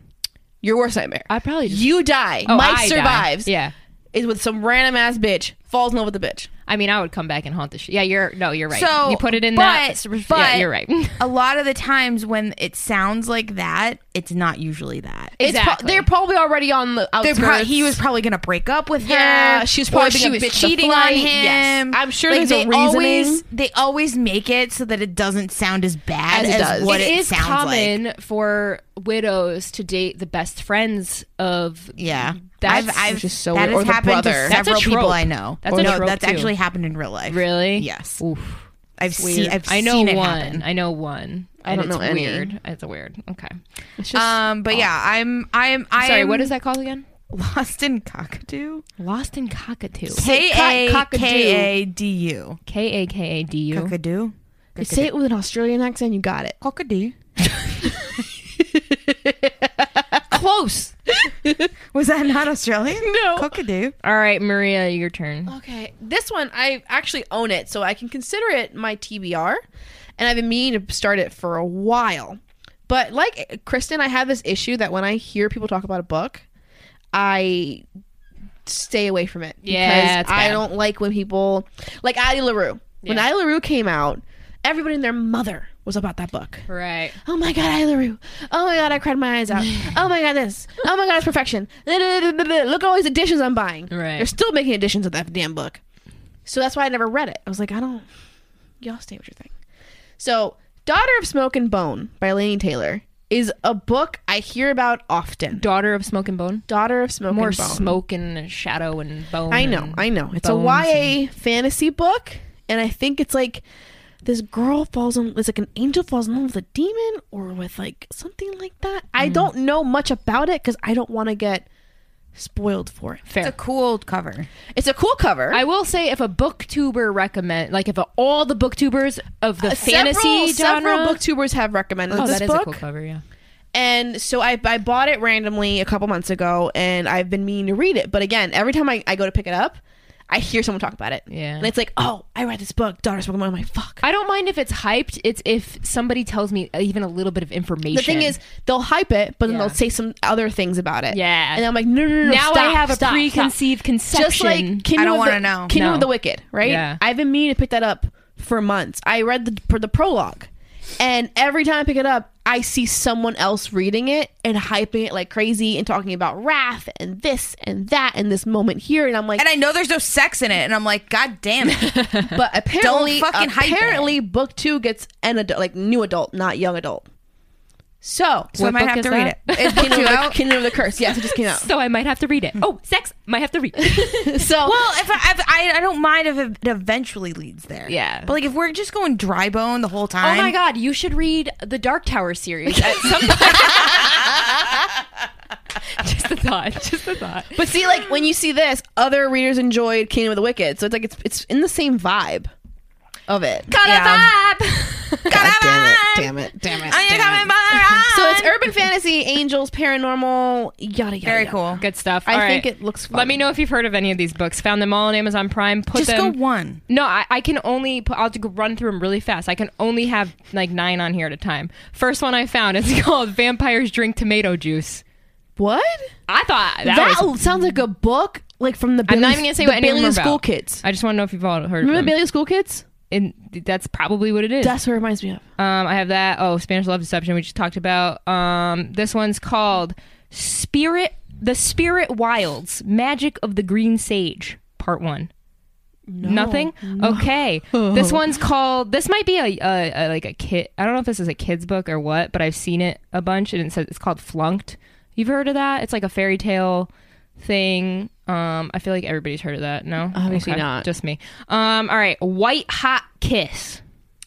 [SPEAKER 2] Your worst nightmare.
[SPEAKER 1] I probably just.
[SPEAKER 2] you die.
[SPEAKER 1] Oh,
[SPEAKER 2] Mike
[SPEAKER 1] I die.
[SPEAKER 2] survives.
[SPEAKER 1] Yeah,
[SPEAKER 2] Is with some random ass bitch. Falls in love with the bitch.
[SPEAKER 1] I mean, I would come back and haunt the shit. Yeah, you're no, you're right.
[SPEAKER 3] So,
[SPEAKER 1] you put it in
[SPEAKER 3] but-
[SPEAKER 1] that. yeah,
[SPEAKER 3] but-
[SPEAKER 1] you're right.
[SPEAKER 3] a lot of the times when it sounds like that, it's not usually that.
[SPEAKER 2] It's pro-
[SPEAKER 1] Exactly.
[SPEAKER 2] they're probably already on the
[SPEAKER 3] They're
[SPEAKER 2] outskirts.
[SPEAKER 3] pro- he was probably gonna break up with her.
[SPEAKER 2] Yeah, she was
[SPEAKER 3] or
[SPEAKER 2] probably
[SPEAKER 3] she
[SPEAKER 2] being a
[SPEAKER 3] was
[SPEAKER 2] bitch to
[SPEAKER 3] cheating on
[SPEAKER 2] Flight.
[SPEAKER 3] him.
[SPEAKER 2] Yes. I'm sure
[SPEAKER 3] like,
[SPEAKER 2] there's a
[SPEAKER 3] they Always,
[SPEAKER 2] reasoning.
[SPEAKER 3] they always make it so that it doesn't sound as bad
[SPEAKER 2] As
[SPEAKER 3] as,
[SPEAKER 2] it does.
[SPEAKER 3] what it,
[SPEAKER 1] it is
[SPEAKER 3] sounds like.
[SPEAKER 1] common for widows to date the best friends of
[SPEAKER 3] Yeah,
[SPEAKER 1] That's
[SPEAKER 3] I've, I've
[SPEAKER 2] Which is so
[SPEAKER 3] that
[SPEAKER 2] weird.
[SPEAKER 3] has
[SPEAKER 2] Or the
[SPEAKER 3] happened
[SPEAKER 2] brother.
[SPEAKER 3] to
[SPEAKER 1] That's a
[SPEAKER 3] several people
[SPEAKER 1] trope.
[SPEAKER 3] I know.
[SPEAKER 1] That's
[SPEAKER 3] Or
[SPEAKER 1] a
[SPEAKER 3] no,
[SPEAKER 1] trope,
[SPEAKER 3] that's
[SPEAKER 1] too.
[SPEAKER 3] actually happened in real life.
[SPEAKER 1] really
[SPEAKER 3] Yes,
[SPEAKER 1] Oof.
[SPEAKER 3] I've seen.
[SPEAKER 1] Weird.
[SPEAKER 3] I've
[SPEAKER 1] I know
[SPEAKER 3] seen it
[SPEAKER 1] one.
[SPEAKER 3] happen.
[SPEAKER 1] I know one.
[SPEAKER 2] I
[SPEAKER 1] And
[SPEAKER 2] don't know
[SPEAKER 1] it's
[SPEAKER 2] any.
[SPEAKER 1] Weird. It's weird. Okay. Um,
[SPEAKER 2] It's just-
[SPEAKER 3] Um, but yeah, I'm. I'm. I'm
[SPEAKER 1] oh. Sorry. What is that called again?
[SPEAKER 3] Lost in cockatoo.
[SPEAKER 1] Lost in cockatoo.
[SPEAKER 3] K a
[SPEAKER 1] cockadoo.
[SPEAKER 3] k a d u.
[SPEAKER 1] K a k a d u.
[SPEAKER 3] Cockadoo.
[SPEAKER 2] you say it with an Australian accent, you got it.
[SPEAKER 3] Cockadoo.
[SPEAKER 1] Close.
[SPEAKER 3] Was that not Australian?
[SPEAKER 2] No.
[SPEAKER 3] Cockadoo.
[SPEAKER 1] All right, Maria, your turn.
[SPEAKER 2] Okay, this one I actually own it, so I can consider it my TBR, and I've been meaning to start it for a while. But like Kristen, I have this issue that when I hear people talk about a book, I stay away from it.
[SPEAKER 1] Yeah, it's
[SPEAKER 2] because I
[SPEAKER 1] bad.
[SPEAKER 2] don't like when people like Ali LaRue. When
[SPEAKER 1] Yeah.
[SPEAKER 2] Ali LaRue came out, everybody and their mother was about that book.
[SPEAKER 1] Right.
[SPEAKER 2] Oh my god, Ali LaRue. Oh my god, I cried my eyes out. Oh my god, this. Oh my god, it's perfection. Look at all these editions I'm buying.
[SPEAKER 1] Right.
[SPEAKER 2] They're still making editions of that damn book. So that's why I never read it. I was like, I don't. Y'all stay with your thing. So, Daughter of Smoke and Bone by Lainey Taylor is a book I hear about often.
[SPEAKER 1] Daughter of Smoke and Bone.
[SPEAKER 2] Daughter of Smoke
[SPEAKER 1] More
[SPEAKER 2] and Bone.
[SPEAKER 1] smoke and shadow and bone.
[SPEAKER 2] I know,
[SPEAKER 1] and
[SPEAKER 2] I know. It's
[SPEAKER 1] bones
[SPEAKER 2] a YA fantasy book, and I think it's like this girl falls in. It's like an angel falls in love with a demon, or with like something like that.
[SPEAKER 1] Mm.
[SPEAKER 2] I don't know much about it because I don't want to get spoiled for it.
[SPEAKER 1] Fair.
[SPEAKER 3] It's a cool cover.
[SPEAKER 2] It's a cool cover.
[SPEAKER 1] I will say if a booktuber recommend like if a, all the booktubers of the fantasy
[SPEAKER 2] Uh, several,
[SPEAKER 1] genre
[SPEAKER 2] several booktubers have recommended
[SPEAKER 1] Oh,
[SPEAKER 2] this
[SPEAKER 1] that is
[SPEAKER 2] book,
[SPEAKER 1] a cool cover, yeah.
[SPEAKER 2] and so I, I bought it randomly a couple months ago, and I've been meaning to read it. But again, every time I, I go to pick it up, I hear someone talk about it.
[SPEAKER 1] Yeah.
[SPEAKER 2] and it's like, oh, I read this book, Daughter of Smoke and Bone. I'm like, fuck.
[SPEAKER 1] I don't mind if it's hyped. It's if somebody tells me even a little bit of information.
[SPEAKER 2] The thing is, they'll hype it, but then
[SPEAKER 1] Yeah.
[SPEAKER 2] they'll say some other things about it.
[SPEAKER 1] Yeah.
[SPEAKER 2] and I'm like, no, no, no. no,
[SPEAKER 1] now
[SPEAKER 2] stop,
[SPEAKER 1] I have a
[SPEAKER 2] stop,
[SPEAKER 1] preconceived
[SPEAKER 2] stop.
[SPEAKER 1] conception.
[SPEAKER 2] Just like Kingdom
[SPEAKER 3] I don't
[SPEAKER 2] of
[SPEAKER 3] wanna
[SPEAKER 2] the-
[SPEAKER 3] know.
[SPEAKER 2] Kingdom
[SPEAKER 1] No.
[SPEAKER 2] of the Wicked, right?
[SPEAKER 1] Yeah.
[SPEAKER 2] I've been meaning to pick that up for months. I read the for the prologue, and every time I pick it up, I see someone else reading it and hyping it like crazy and talking about wrath and this and that and this moment here, and I'm like,
[SPEAKER 3] And I know there's no sex in it, and I'm like, God damn it.
[SPEAKER 2] but apparently,
[SPEAKER 3] fucking hype it.
[SPEAKER 2] apparently, book two gets an adult, like new adult, not young adult. So,
[SPEAKER 3] So I
[SPEAKER 1] What
[SPEAKER 3] might
[SPEAKER 1] book
[SPEAKER 3] have
[SPEAKER 1] is
[SPEAKER 3] to read
[SPEAKER 1] that?
[SPEAKER 3] it. It's book
[SPEAKER 2] Kingdom
[SPEAKER 3] two
[SPEAKER 2] of, the,
[SPEAKER 3] out.
[SPEAKER 2] Kingdom of the Curse. Yes, it just came out.
[SPEAKER 1] so I might have to read
[SPEAKER 2] Hmm.
[SPEAKER 1] it. Oh, sex! Might have to read.
[SPEAKER 2] So
[SPEAKER 3] Well, if I, if I I don't mind if it eventually leads there.
[SPEAKER 1] Yeah.
[SPEAKER 3] But like if we're just going dry bone the whole
[SPEAKER 1] oh
[SPEAKER 3] time.
[SPEAKER 1] my god, you should read the Dark Tower series at some point. just a thought. Just a thought.
[SPEAKER 2] but see, like when you see this, other readers enjoyed Kingdom of the Wicked, so it's like it's it's in the same vibe of it.
[SPEAKER 1] Got
[SPEAKER 3] Yeah.
[SPEAKER 1] a vibe.
[SPEAKER 3] God damn it!
[SPEAKER 2] damn it! Damn it!
[SPEAKER 3] I ain't coming by.
[SPEAKER 2] So it's urban fantasy, angels, paranormal, yada yada.
[SPEAKER 3] very
[SPEAKER 2] yada.
[SPEAKER 3] cool.
[SPEAKER 1] Good stuff.
[SPEAKER 2] I
[SPEAKER 1] All right.
[SPEAKER 2] think it looks. Fun.
[SPEAKER 1] Let me know if you've heard of any of these books. Found them all on Amazon Prime. Put
[SPEAKER 3] Just
[SPEAKER 1] them.
[SPEAKER 3] go one.
[SPEAKER 1] No, I, I can only put, I'll just run through them really fast. I can only have like nine on here at a time. First one I found is called Vampires Drink Tomato Juice.
[SPEAKER 2] what
[SPEAKER 1] I thought that,
[SPEAKER 2] that,
[SPEAKER 1] was.
[SPEAKER 2] sounds like a book, like from the.
[SPEAKER 1] I'm
[SPEAKER 2] Bailey,
[SPEAKER 1] not even gonna say
[SPEAKER 2] the
[SPEAKER 1] what any of them
[SPEAKER 2] Bailey
[SPEAKER 1] are
[SPEAKER 2] school
[SPEAKER 1] about.
[SPEAKER 2] kids.
[SPEAKER 1] I just want to know if you've all heard of
[SPEAKER 2] Remember
[SPEAKER 1] them.
[SPEAKER 2] Bailey school kids?
[SPEAKER 1] And that's probably what it is.
[SPEAKER 2] That's what it reminds me of.
[SPEAKER 1] Um, I have that. Oh, Spanish Love Deception, we just talked about. Um, this one's called Spirit, The Spirit Wilds, Magic of the Green Sage, Part One. Nothing. Okay. This one's called. This might be a, a, a like a kid. I don't know if this is a kid's book or what, but I've seen it a bunch, and it says it's called Flunked. You've heard of that? It's like a fairy tale thing. Um, I feel like everybody's heard of that. No,
[SPEAKER 2] Obviously not.
[SPEAKER 1] Just me. Um, all right. White Hot Kiss.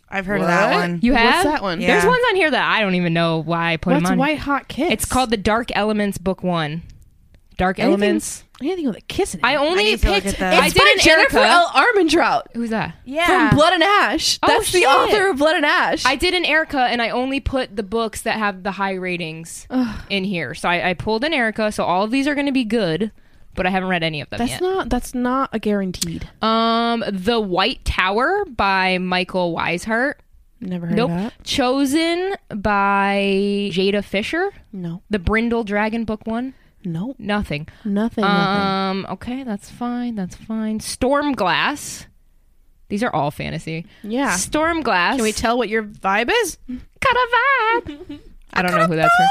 [SPEAKER 3] I've heard of that
[SPEAKER 2] What?
[SPEAKER 3] one.
[SPEAKER 1] You
[SPEAKER 2] What's
[SPEAKER 1] have
[SPEAKER 2] that one?
[SPEAKER 1] There's
[SPEAKER 3] Yeah.
[SPEAKER 1] ones on here that I don't even know why I put
[SPEAKER 2] What's
[SPEAKER 1] them on.
[SPEAKER 2] white hot kiss?
[SPEAKER 1] It's called the Dark Elements Book One. Dark Elements.
[SPEAKER 2] Anything with a kiss in it.
[SPEAKER 1] I only
[SPEAKER 3] need to look
[SPEAKER 1] picked.
[SPEAKER 3] at that.
[SPEAKER 1] I
[SPEAKER 2] It's
[SPEAKER 1] did
[SPEAKER 2] by
[SPEAKER 1] an
[SPEAKER 2] Jennifer
[SPEAKER 1] Erica.
[SPEAKER 2] L. Armentrout.
[SPEAKER 1] Who's that?
[SPEAKER 3] yeah.
[SPEAKER 2] from Blood and Ash.
[SPEAKER 1] Oh,
[SPEAKER 2] That's the
[SPEAKER 1] shit.
[SPEAKER 2] author of Blood and Ash.
[SPEAKER 1] I did an Erica, and I only put the books that have the high ratings in here. So I, I pulled an Erica. So all of these are going to be good, but I haven't read any of them
[SPEAKER 2] that's
[SPEAKER 1] yet.
[SPEAKER 2] not that's not a guaranteed.
[SPEAKER 1] um, The White Tower by Michael Weishart.
[SPEAKER 2] Never heard
[SPEAKER 1] Nope.
[SPEAKER 2] of that.
[SPEAKER 1] Chosen by Jada Fisher.
[SPEAKER 2] No,
[SPEAKER 1] The Brindle Dragon Book One.
[SPEAKER 2] no,
[SPEAKER 1] Nothing.
[SPEAKER 2] nothing. nothing.
[SPEAKER 1] Um. Okay, that's fine. That's fine. Stormglass. These are all fantasy.
[SPEAKER 2] Yeah.
[SPEAKER 1] Stormglass.
[SPEAKER 2] Can we tell what your vibe is?
[SPEAKER 1] Got a vibe. I don't know who that's from.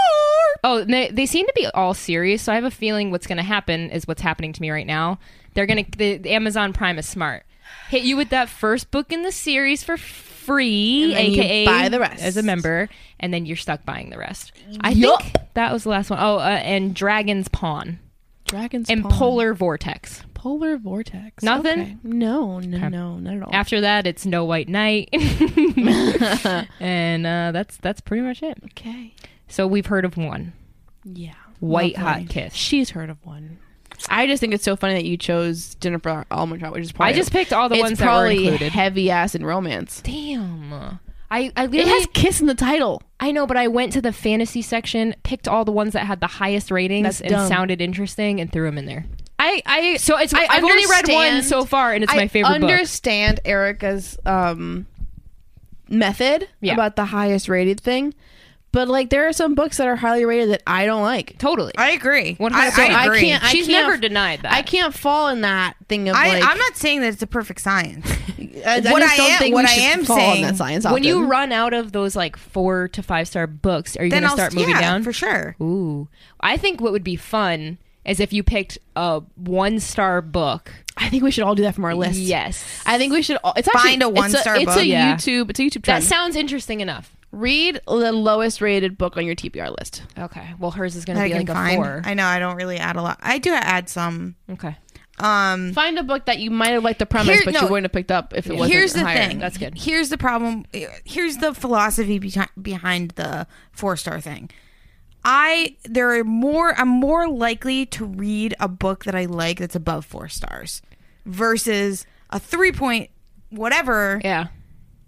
[SPEAKER 1] Oh, and they, they seem to be all serious. So I have a feeling what's going to happen is what's happening to me right now. They're going to, the, the Amazon Prime is smart. Hit you with that first book in the series for free,
[SPEAKER 2] And then you
[SPEAKER 1] aka
[SPEAKER 2] buy the rest.
[SPEAKER 1] as a member, and then you're stuck buying the rest. I think that was the last one. Oh, uh, and Dragon's Pawn
[SPEAKER 2] Dragon's
[SPEAKER 1] and
[SPEAKER 2] Pawn.
[SPEAKER 1] Polar Vortex.
[SPEAKER 2] polar vortex.
[SPEAKER 1] Nothing?
[SPEAKER 2] Okay. No, no, no, not at all.
[SPEAKER 1] After that, it's No White Knight, and uh, that's that's pretty much it.
[SPEAKER 2] okay.
[SPEAKER 1] So we've heard of one
[SPEAKER 2] Yeah.
[SPEAKER 1] White Hot Kiss.
[SPEAKER 2] She's heard of one. I just think it's so funny that you chose Jennifer Almendraut, which is probably
[SPEAKER 1] I just picked all the
[SPEAKER 2] it's
[SPEAKER 1] ones that were
[SPEAKER 2] probably
[SPEAKER 1] included.
[SPEAKER 2] heavy ass in romance.
[SPEAKER 1] Damn. I, I
[SPEAKER 2] It
[SPEAKER 1] literally,
[SPEAKER 2] has kiss in the title.
[SPEAKER 1] I know, but I went to the fantasy section, picked all the ones that had the highest ratings
[SPEAKER 2] That's
[SPEAKER 1] and
[SPEAKER 2] dumb.
[SPEAKER 1] sounded interesting, and threw them in there.
[SPEAKER 2] I I
[SPEAKER 1] So it's I, have only read one
[SPEAKER 2] understand-
[SPEAKER 1] so far, and it's my favorite
[SPEAKER 2] I
[SPEAKER 1] book.
[SPEAKER 2] understand Erica's um method
[SPEAKER 1] Yeah.
[SPEAKER 2] about the highest rated thing, but like there are some books that are highly rated that I don't like.
[SPEAKER 1] Totally.
[SPEAKER 3] I agree.
[SPEAKER 1] One
[SPEAKER 3] I,
[SPEAKER 1] hundred percent.
[SPEAKER 3] I
[SPEAKER 2] I
[SPEAKER 3] agree.
[SPEAKER 2] can't. I
[SPEAKER 1] She's
[SPEAKER 2] can't,
[SPEAKER 1] never denied that.
[SPEAKER 2] I can't fall in that thing of
[SPEAKER 3] I,
[SPEAKER 2] like. uh,
[SPEAKER 3] I'm not saying that it's a perfect science.
[SPEAKER 2] I, I
[SPEAKER 3] what
[SPEAKER 2] just
[SPEAKER 3] I
[SPEAKER 2] don't
[SPEAKER 3] am-
[SPEAKER 2] think
[SPEAKER 3] what
[SPEAKER 2] we
[SPEAKER 3] I
[SPEAKER 2] should
[SPEAKER 3] am
[SPEAKER 2] fall
[SPEAKER 3] saying-
[SPEAKER 2] on that science.
[SPEAKER 1] When you
[SPEAKER 2] often.
[SPEAKER 1] run out of those like four to five star books, are you
[SPEAKER 3] then
[SPEAKER 1] going to
[SPEAKER 3] I'll
[SPEAKER 1] start moving
[SPEAKER 3] yeah,
[SPEAKER 1] down?
[SPEAKER 3] for sure.
[SPEAKER 1] Ooh, I think what would be fun is if you picked a one star book.
[SPEAKER 2] I think we should all do that from our list.
[SPEAKER 1] Yes,
[SPEAKER 2] I think we should. All, it's
[SPEAKER 3] Find
[SPEAKER 2] actually,
[SPEAKER 3] a one-star
[SPEAKER 2] It's a,
[SPEAKER 3] book.
[SPEAKER 2] It's a
[SPEAKER 1] Yeah.
[SPEAKER 2] YouTube. It's a YouTube
[SPEAKER 1] that
[SPEAKER 2] trend.
[SPEAKER 1] sounds interesting enough.
[SPEAKER 2] Read the lowest rated book on your TBR list.
[SPEAKER 1] Okay, well, hers is going
[SPEAKER 3] That
[SPEAKER 1] to
[SPEAKER 3] I
[SPEAKER 1] be
[SPEAKER 3] can
[SPEAKER 1] like a
[SPEAKER 3] find.
[SPEAKER 1] four.
[SPEAKER 3] I know I don't really add a lot. I do add some.
[SPEAKER 1] okay,
[SPEAKER 3] Um,
[SPEAKER 2] Find a book that you might have liked the premise,
[SPEAKER 3] Here-
[SPEAKER 2] but
[SPEAKER 3] no.
[SPEAKER 2] you wouldn't have picked up if it wasn't
[SPEAKER 3] here's the
[SPEAKER 2] higher.
[SPEAKER 3] thing.
[SPEAKER 1] That's good.
[SPEAKER 3] Here's the problem. Here's the philosophy behind behind the four star thing. I there are more. I'm more likely to read a book that I like that's above four stars versus a three point whatever.
[SPEAKER 1] yeah,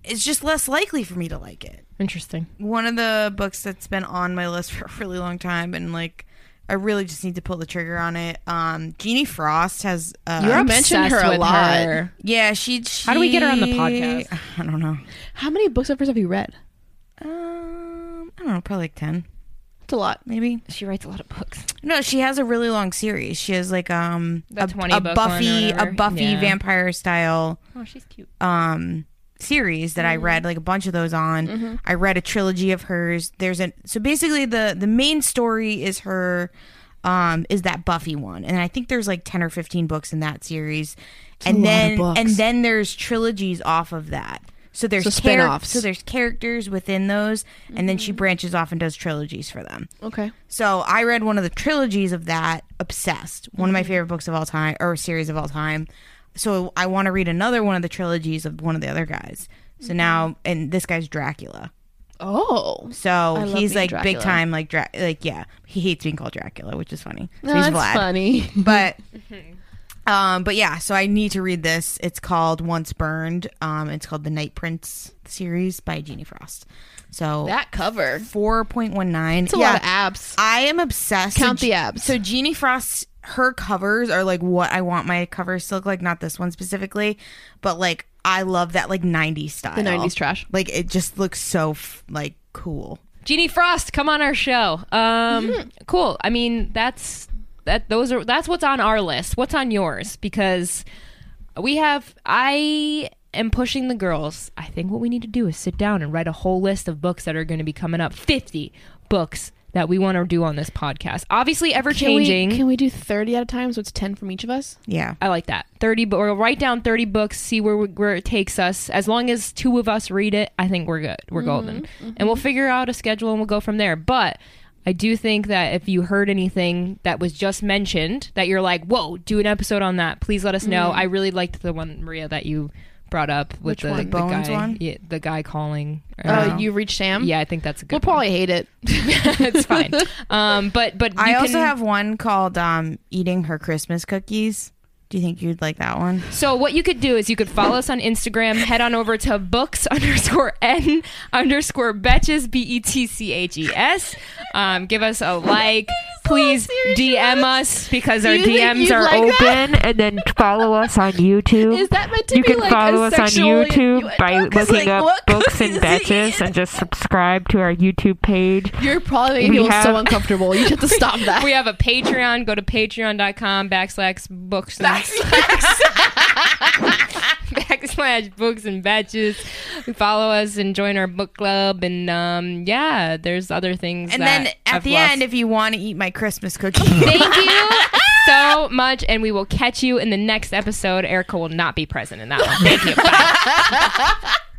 [SPEAKER 3] It's just less likely for me to like it.
[SPEAKER 1] interesting.
[SPEAKER 3] one of the books that's been on my list for a really long time and like I really just need to pull the trigger on it. Um Jeannie Frost has uh
[SPEAKER 2] You're mentioned
[SPEAKER 1] obsessed
[SPEAKER 2] her a
[SPEAKER 1] with
[SPEAKER 2] lot.
[SPEAKER 1] her.
[SPEAKER 3] Yeah, she,
[SPEAKER 1] How do we get her on the
[SPEAKER 3] she-
[SPEAKER 1] podcast?
[SPEAKER 3] I don't know.
[SPEAKER 2] How many books of hers have you read?
[SPEAKER 3] Um I don't know, probably like 10
[SPEAKER 2] It's a lot.
[SPEAKER 3] maybe.
[SPEAKER 1] She writes a lot of books.
[SPEAKER 3] No, she has a really long series. She has like um
[SPEAKER 1] The
[SPEAKER 3] a,
[SPEAKER 1] 20
[SPEAKER 3] a
[SPEAKER 1] book one or
[SPEAKER 3] Buffy a
[SPEAKER 1] whatever.
[SPEAKER 3] Buffy
[SPEAKER 1] Yeah.
[SPEAKER 3] vampire style
[SPEAKER 1] Oh, she's cute.
[SPEAKER 3] um series that I
[SPEAKER 2] Mm-hmm.
[SPEAKER 3] read like a bunch of those on. I read a trilogy of hers. There's a so basically the the main story is her um is that Buffy one. And I think there's like 10 or 15 books in that series. and
[SPEAKER 2] lot of
[SPEAKER 3] then
[SPEAKER 2] books.
[SPEAKER 3] and then there's trilogies off of that. So there's
[SPEAKER 2] So
[SPEAKER 3] char-
[SPEAKER 2] spin-offs. Mm-hmm.
[SPEAKER 3] so there's characters within those and then she branches off and does trilogies for them.
[SPEAKER 2] Okay.
[SPEAKER 3] So I read one of the trilogies of that, Obsessed, one
[SPEAKER 2] Mm.
[SPEAKER 3] of my favorite books of all time or series of all time. So I want to read another one of the trilogies of one of the other guys. So
[SPEAKER 2] Mm-hmm.
[SPEAKER 3] now, and this guy's Dracula.
[SPEAKER 2] Oh.
[SPEAKER 3] So
[SPEAKER 2] love
[SPEAKER 3] he's
[SPEAKER 2] being
[SPEAKER 3] like big
[SPEAKER 2] Dracula.
[SPEAKER 3] time, like Dra- like yeah, he hates being called Dracula, which is funny. So
[SPEAKER 2] No,
[SPEAKER 3] he's
[SPEAKER 2] that's
[SPEAKER 3] Vlad.
[SPEAKER 2] funny.
[SPEAKER 3] But um, but yeah, so I need to read this. It's called Once Burned. Um, it's called the Night Prince series by Jeannie Frost. So
[SPEAKER 2] That cover.
[SPEAKER 3] four point one nine.
[SPEAKER 2] It's a lot of abs.
[SPEAKER 3] I am obsessed.
[SPEAKER 2] Count
[SPEAKER 3] so,
[SPEAKER 2] the abs.
[SPEAKER 3] So Jeannie Frost, her covers are like what I want my covers to look like. Not this one specifically, but like I love that like '90s style.
[SPEAKER 2] The 90s trash.
[SPEAKER 3] Like it just looks so f- like cool.
[SPEAKER 1] Jeannie Frost, come on our show. Um,
[SPEAKER 2] Mm-hmm.
[SPEAKER 1] cool. I mean, that's that. Those are that's what's on our list. What's on yours? Because we have. I am pushing the girls. I think what we need to do is sit down and write a whole list of books that are going to be coming up. Fifty books that we want to do on this podcast. Obviously, ever changing.
[SPEAKER 2] Can we, can we do 30 at a time? So it's 10 from each of us?
[SPEAKER 3] Yeah.
[SPEAKER 1] I like that. 30 bo- or write down 30 books, see where we- where it takes us. As long as two of us read it, I think we're good.
[SPEAKER 2] Mm-hmm,
[SPEAKER 1] We're golden. And we'll figure out a schedule and we'll go from there. But I do think that if you heard anything that was just mentioned that you're like, "Whoa, do an episode on that." Please let us know.
[SPEAKER 2] Mm-hmm.
[SPEAKER 1] I really liked the one Maria that you brought up with
[SPEAKER 3] Which
[SPEAKER 1] the,
[SPEAKER 3] one? The Bones
[SPEAKER 1] guy
[SPEAKER 3] one?
[SPEAKER 1] Yeah, the guy calling.
[SPEAKER 2] Uh,
[SPEAKER 1] Uh,
[SPEAKER 2] you reached Sam?
[SPEAKER 1] yeah, I think that's a
[SPEAKER 2] We'll
[SPEAKER 1] good. one.
[SPEAKER 2] probably hate it.
[SPEAKER 1] it's fine. Um but but
[SPEAKER 3] I
[SPEAKER 1] you
[SPEAKER 3] also
[SPEAKER 1] can-
[SPEAKER 3] have one called um, "Eating Her Christmas Cookies." Do you think you'd like that one?
[SPEAKER 1] So what you could do is you could follow us on Instagram. Head on over to books underscore n underscore betches b e t c h e s. Um, give us a like. Please DM us because our
[SPEAKER 2] you think
[SPEAKER 1] DMs
[SPEAKER 2] you'd
[SPEAKER 1] are
[SPEAKER 2] like that?
[SPEAKER 1] open, and then follow us on YouTube.
[SPEAKER 2] Is that meant to
[SPEAKER 5] You
[SPEAKER 2] be
[SPEAKER 5] can
[SPEAKER 2] like
[SPEAKER 5] follow
[SPEAKER 2] a
[SPEAKER 5] us on
[SPEAKER 2] sexually
[SPEAKER 5] YouTube
[SPEAKER 2] innuendo?
[SPEAKER 5] by
[SPEAKER 2] 'Cause, like,
[SPEAKER 5] looking up
[SPEAKER 2] what
[SPEAKER 5] Books
[SPEAKER 2] cookies is
[SPEAKER 5] and
[SPEAKER 2] he
[SPEAKER 5] Batches and just subscribe to our YouTube page.
[SPEAKER 2] You're probably making
[SPEAKER 5] We
[SPEAKER 2] people so
[SPEAKER 5] have-
[SPEAKER 2] uncomfortable. You should have to stop that.
[SPEAKER 1] We have a Patreon. Go to patreon.com backslash books. and- backslash books and batches. Follow us and join our book club. And um, yeah, there's other things.
[SPEAKER 3] And
[SPEAKER 1] that
[SPEAKER 3] then at
[SPEAKER 1] I've
[SPEAKER 3] the
[SPEAKER 1] lost.
[SPEAKER 3] end, if you want to eat my Christmas cookie,
[SPEAKER 1] thank you so much, and we will catch you in the next episode. Erica will not be present in that one. Thank you. Bye.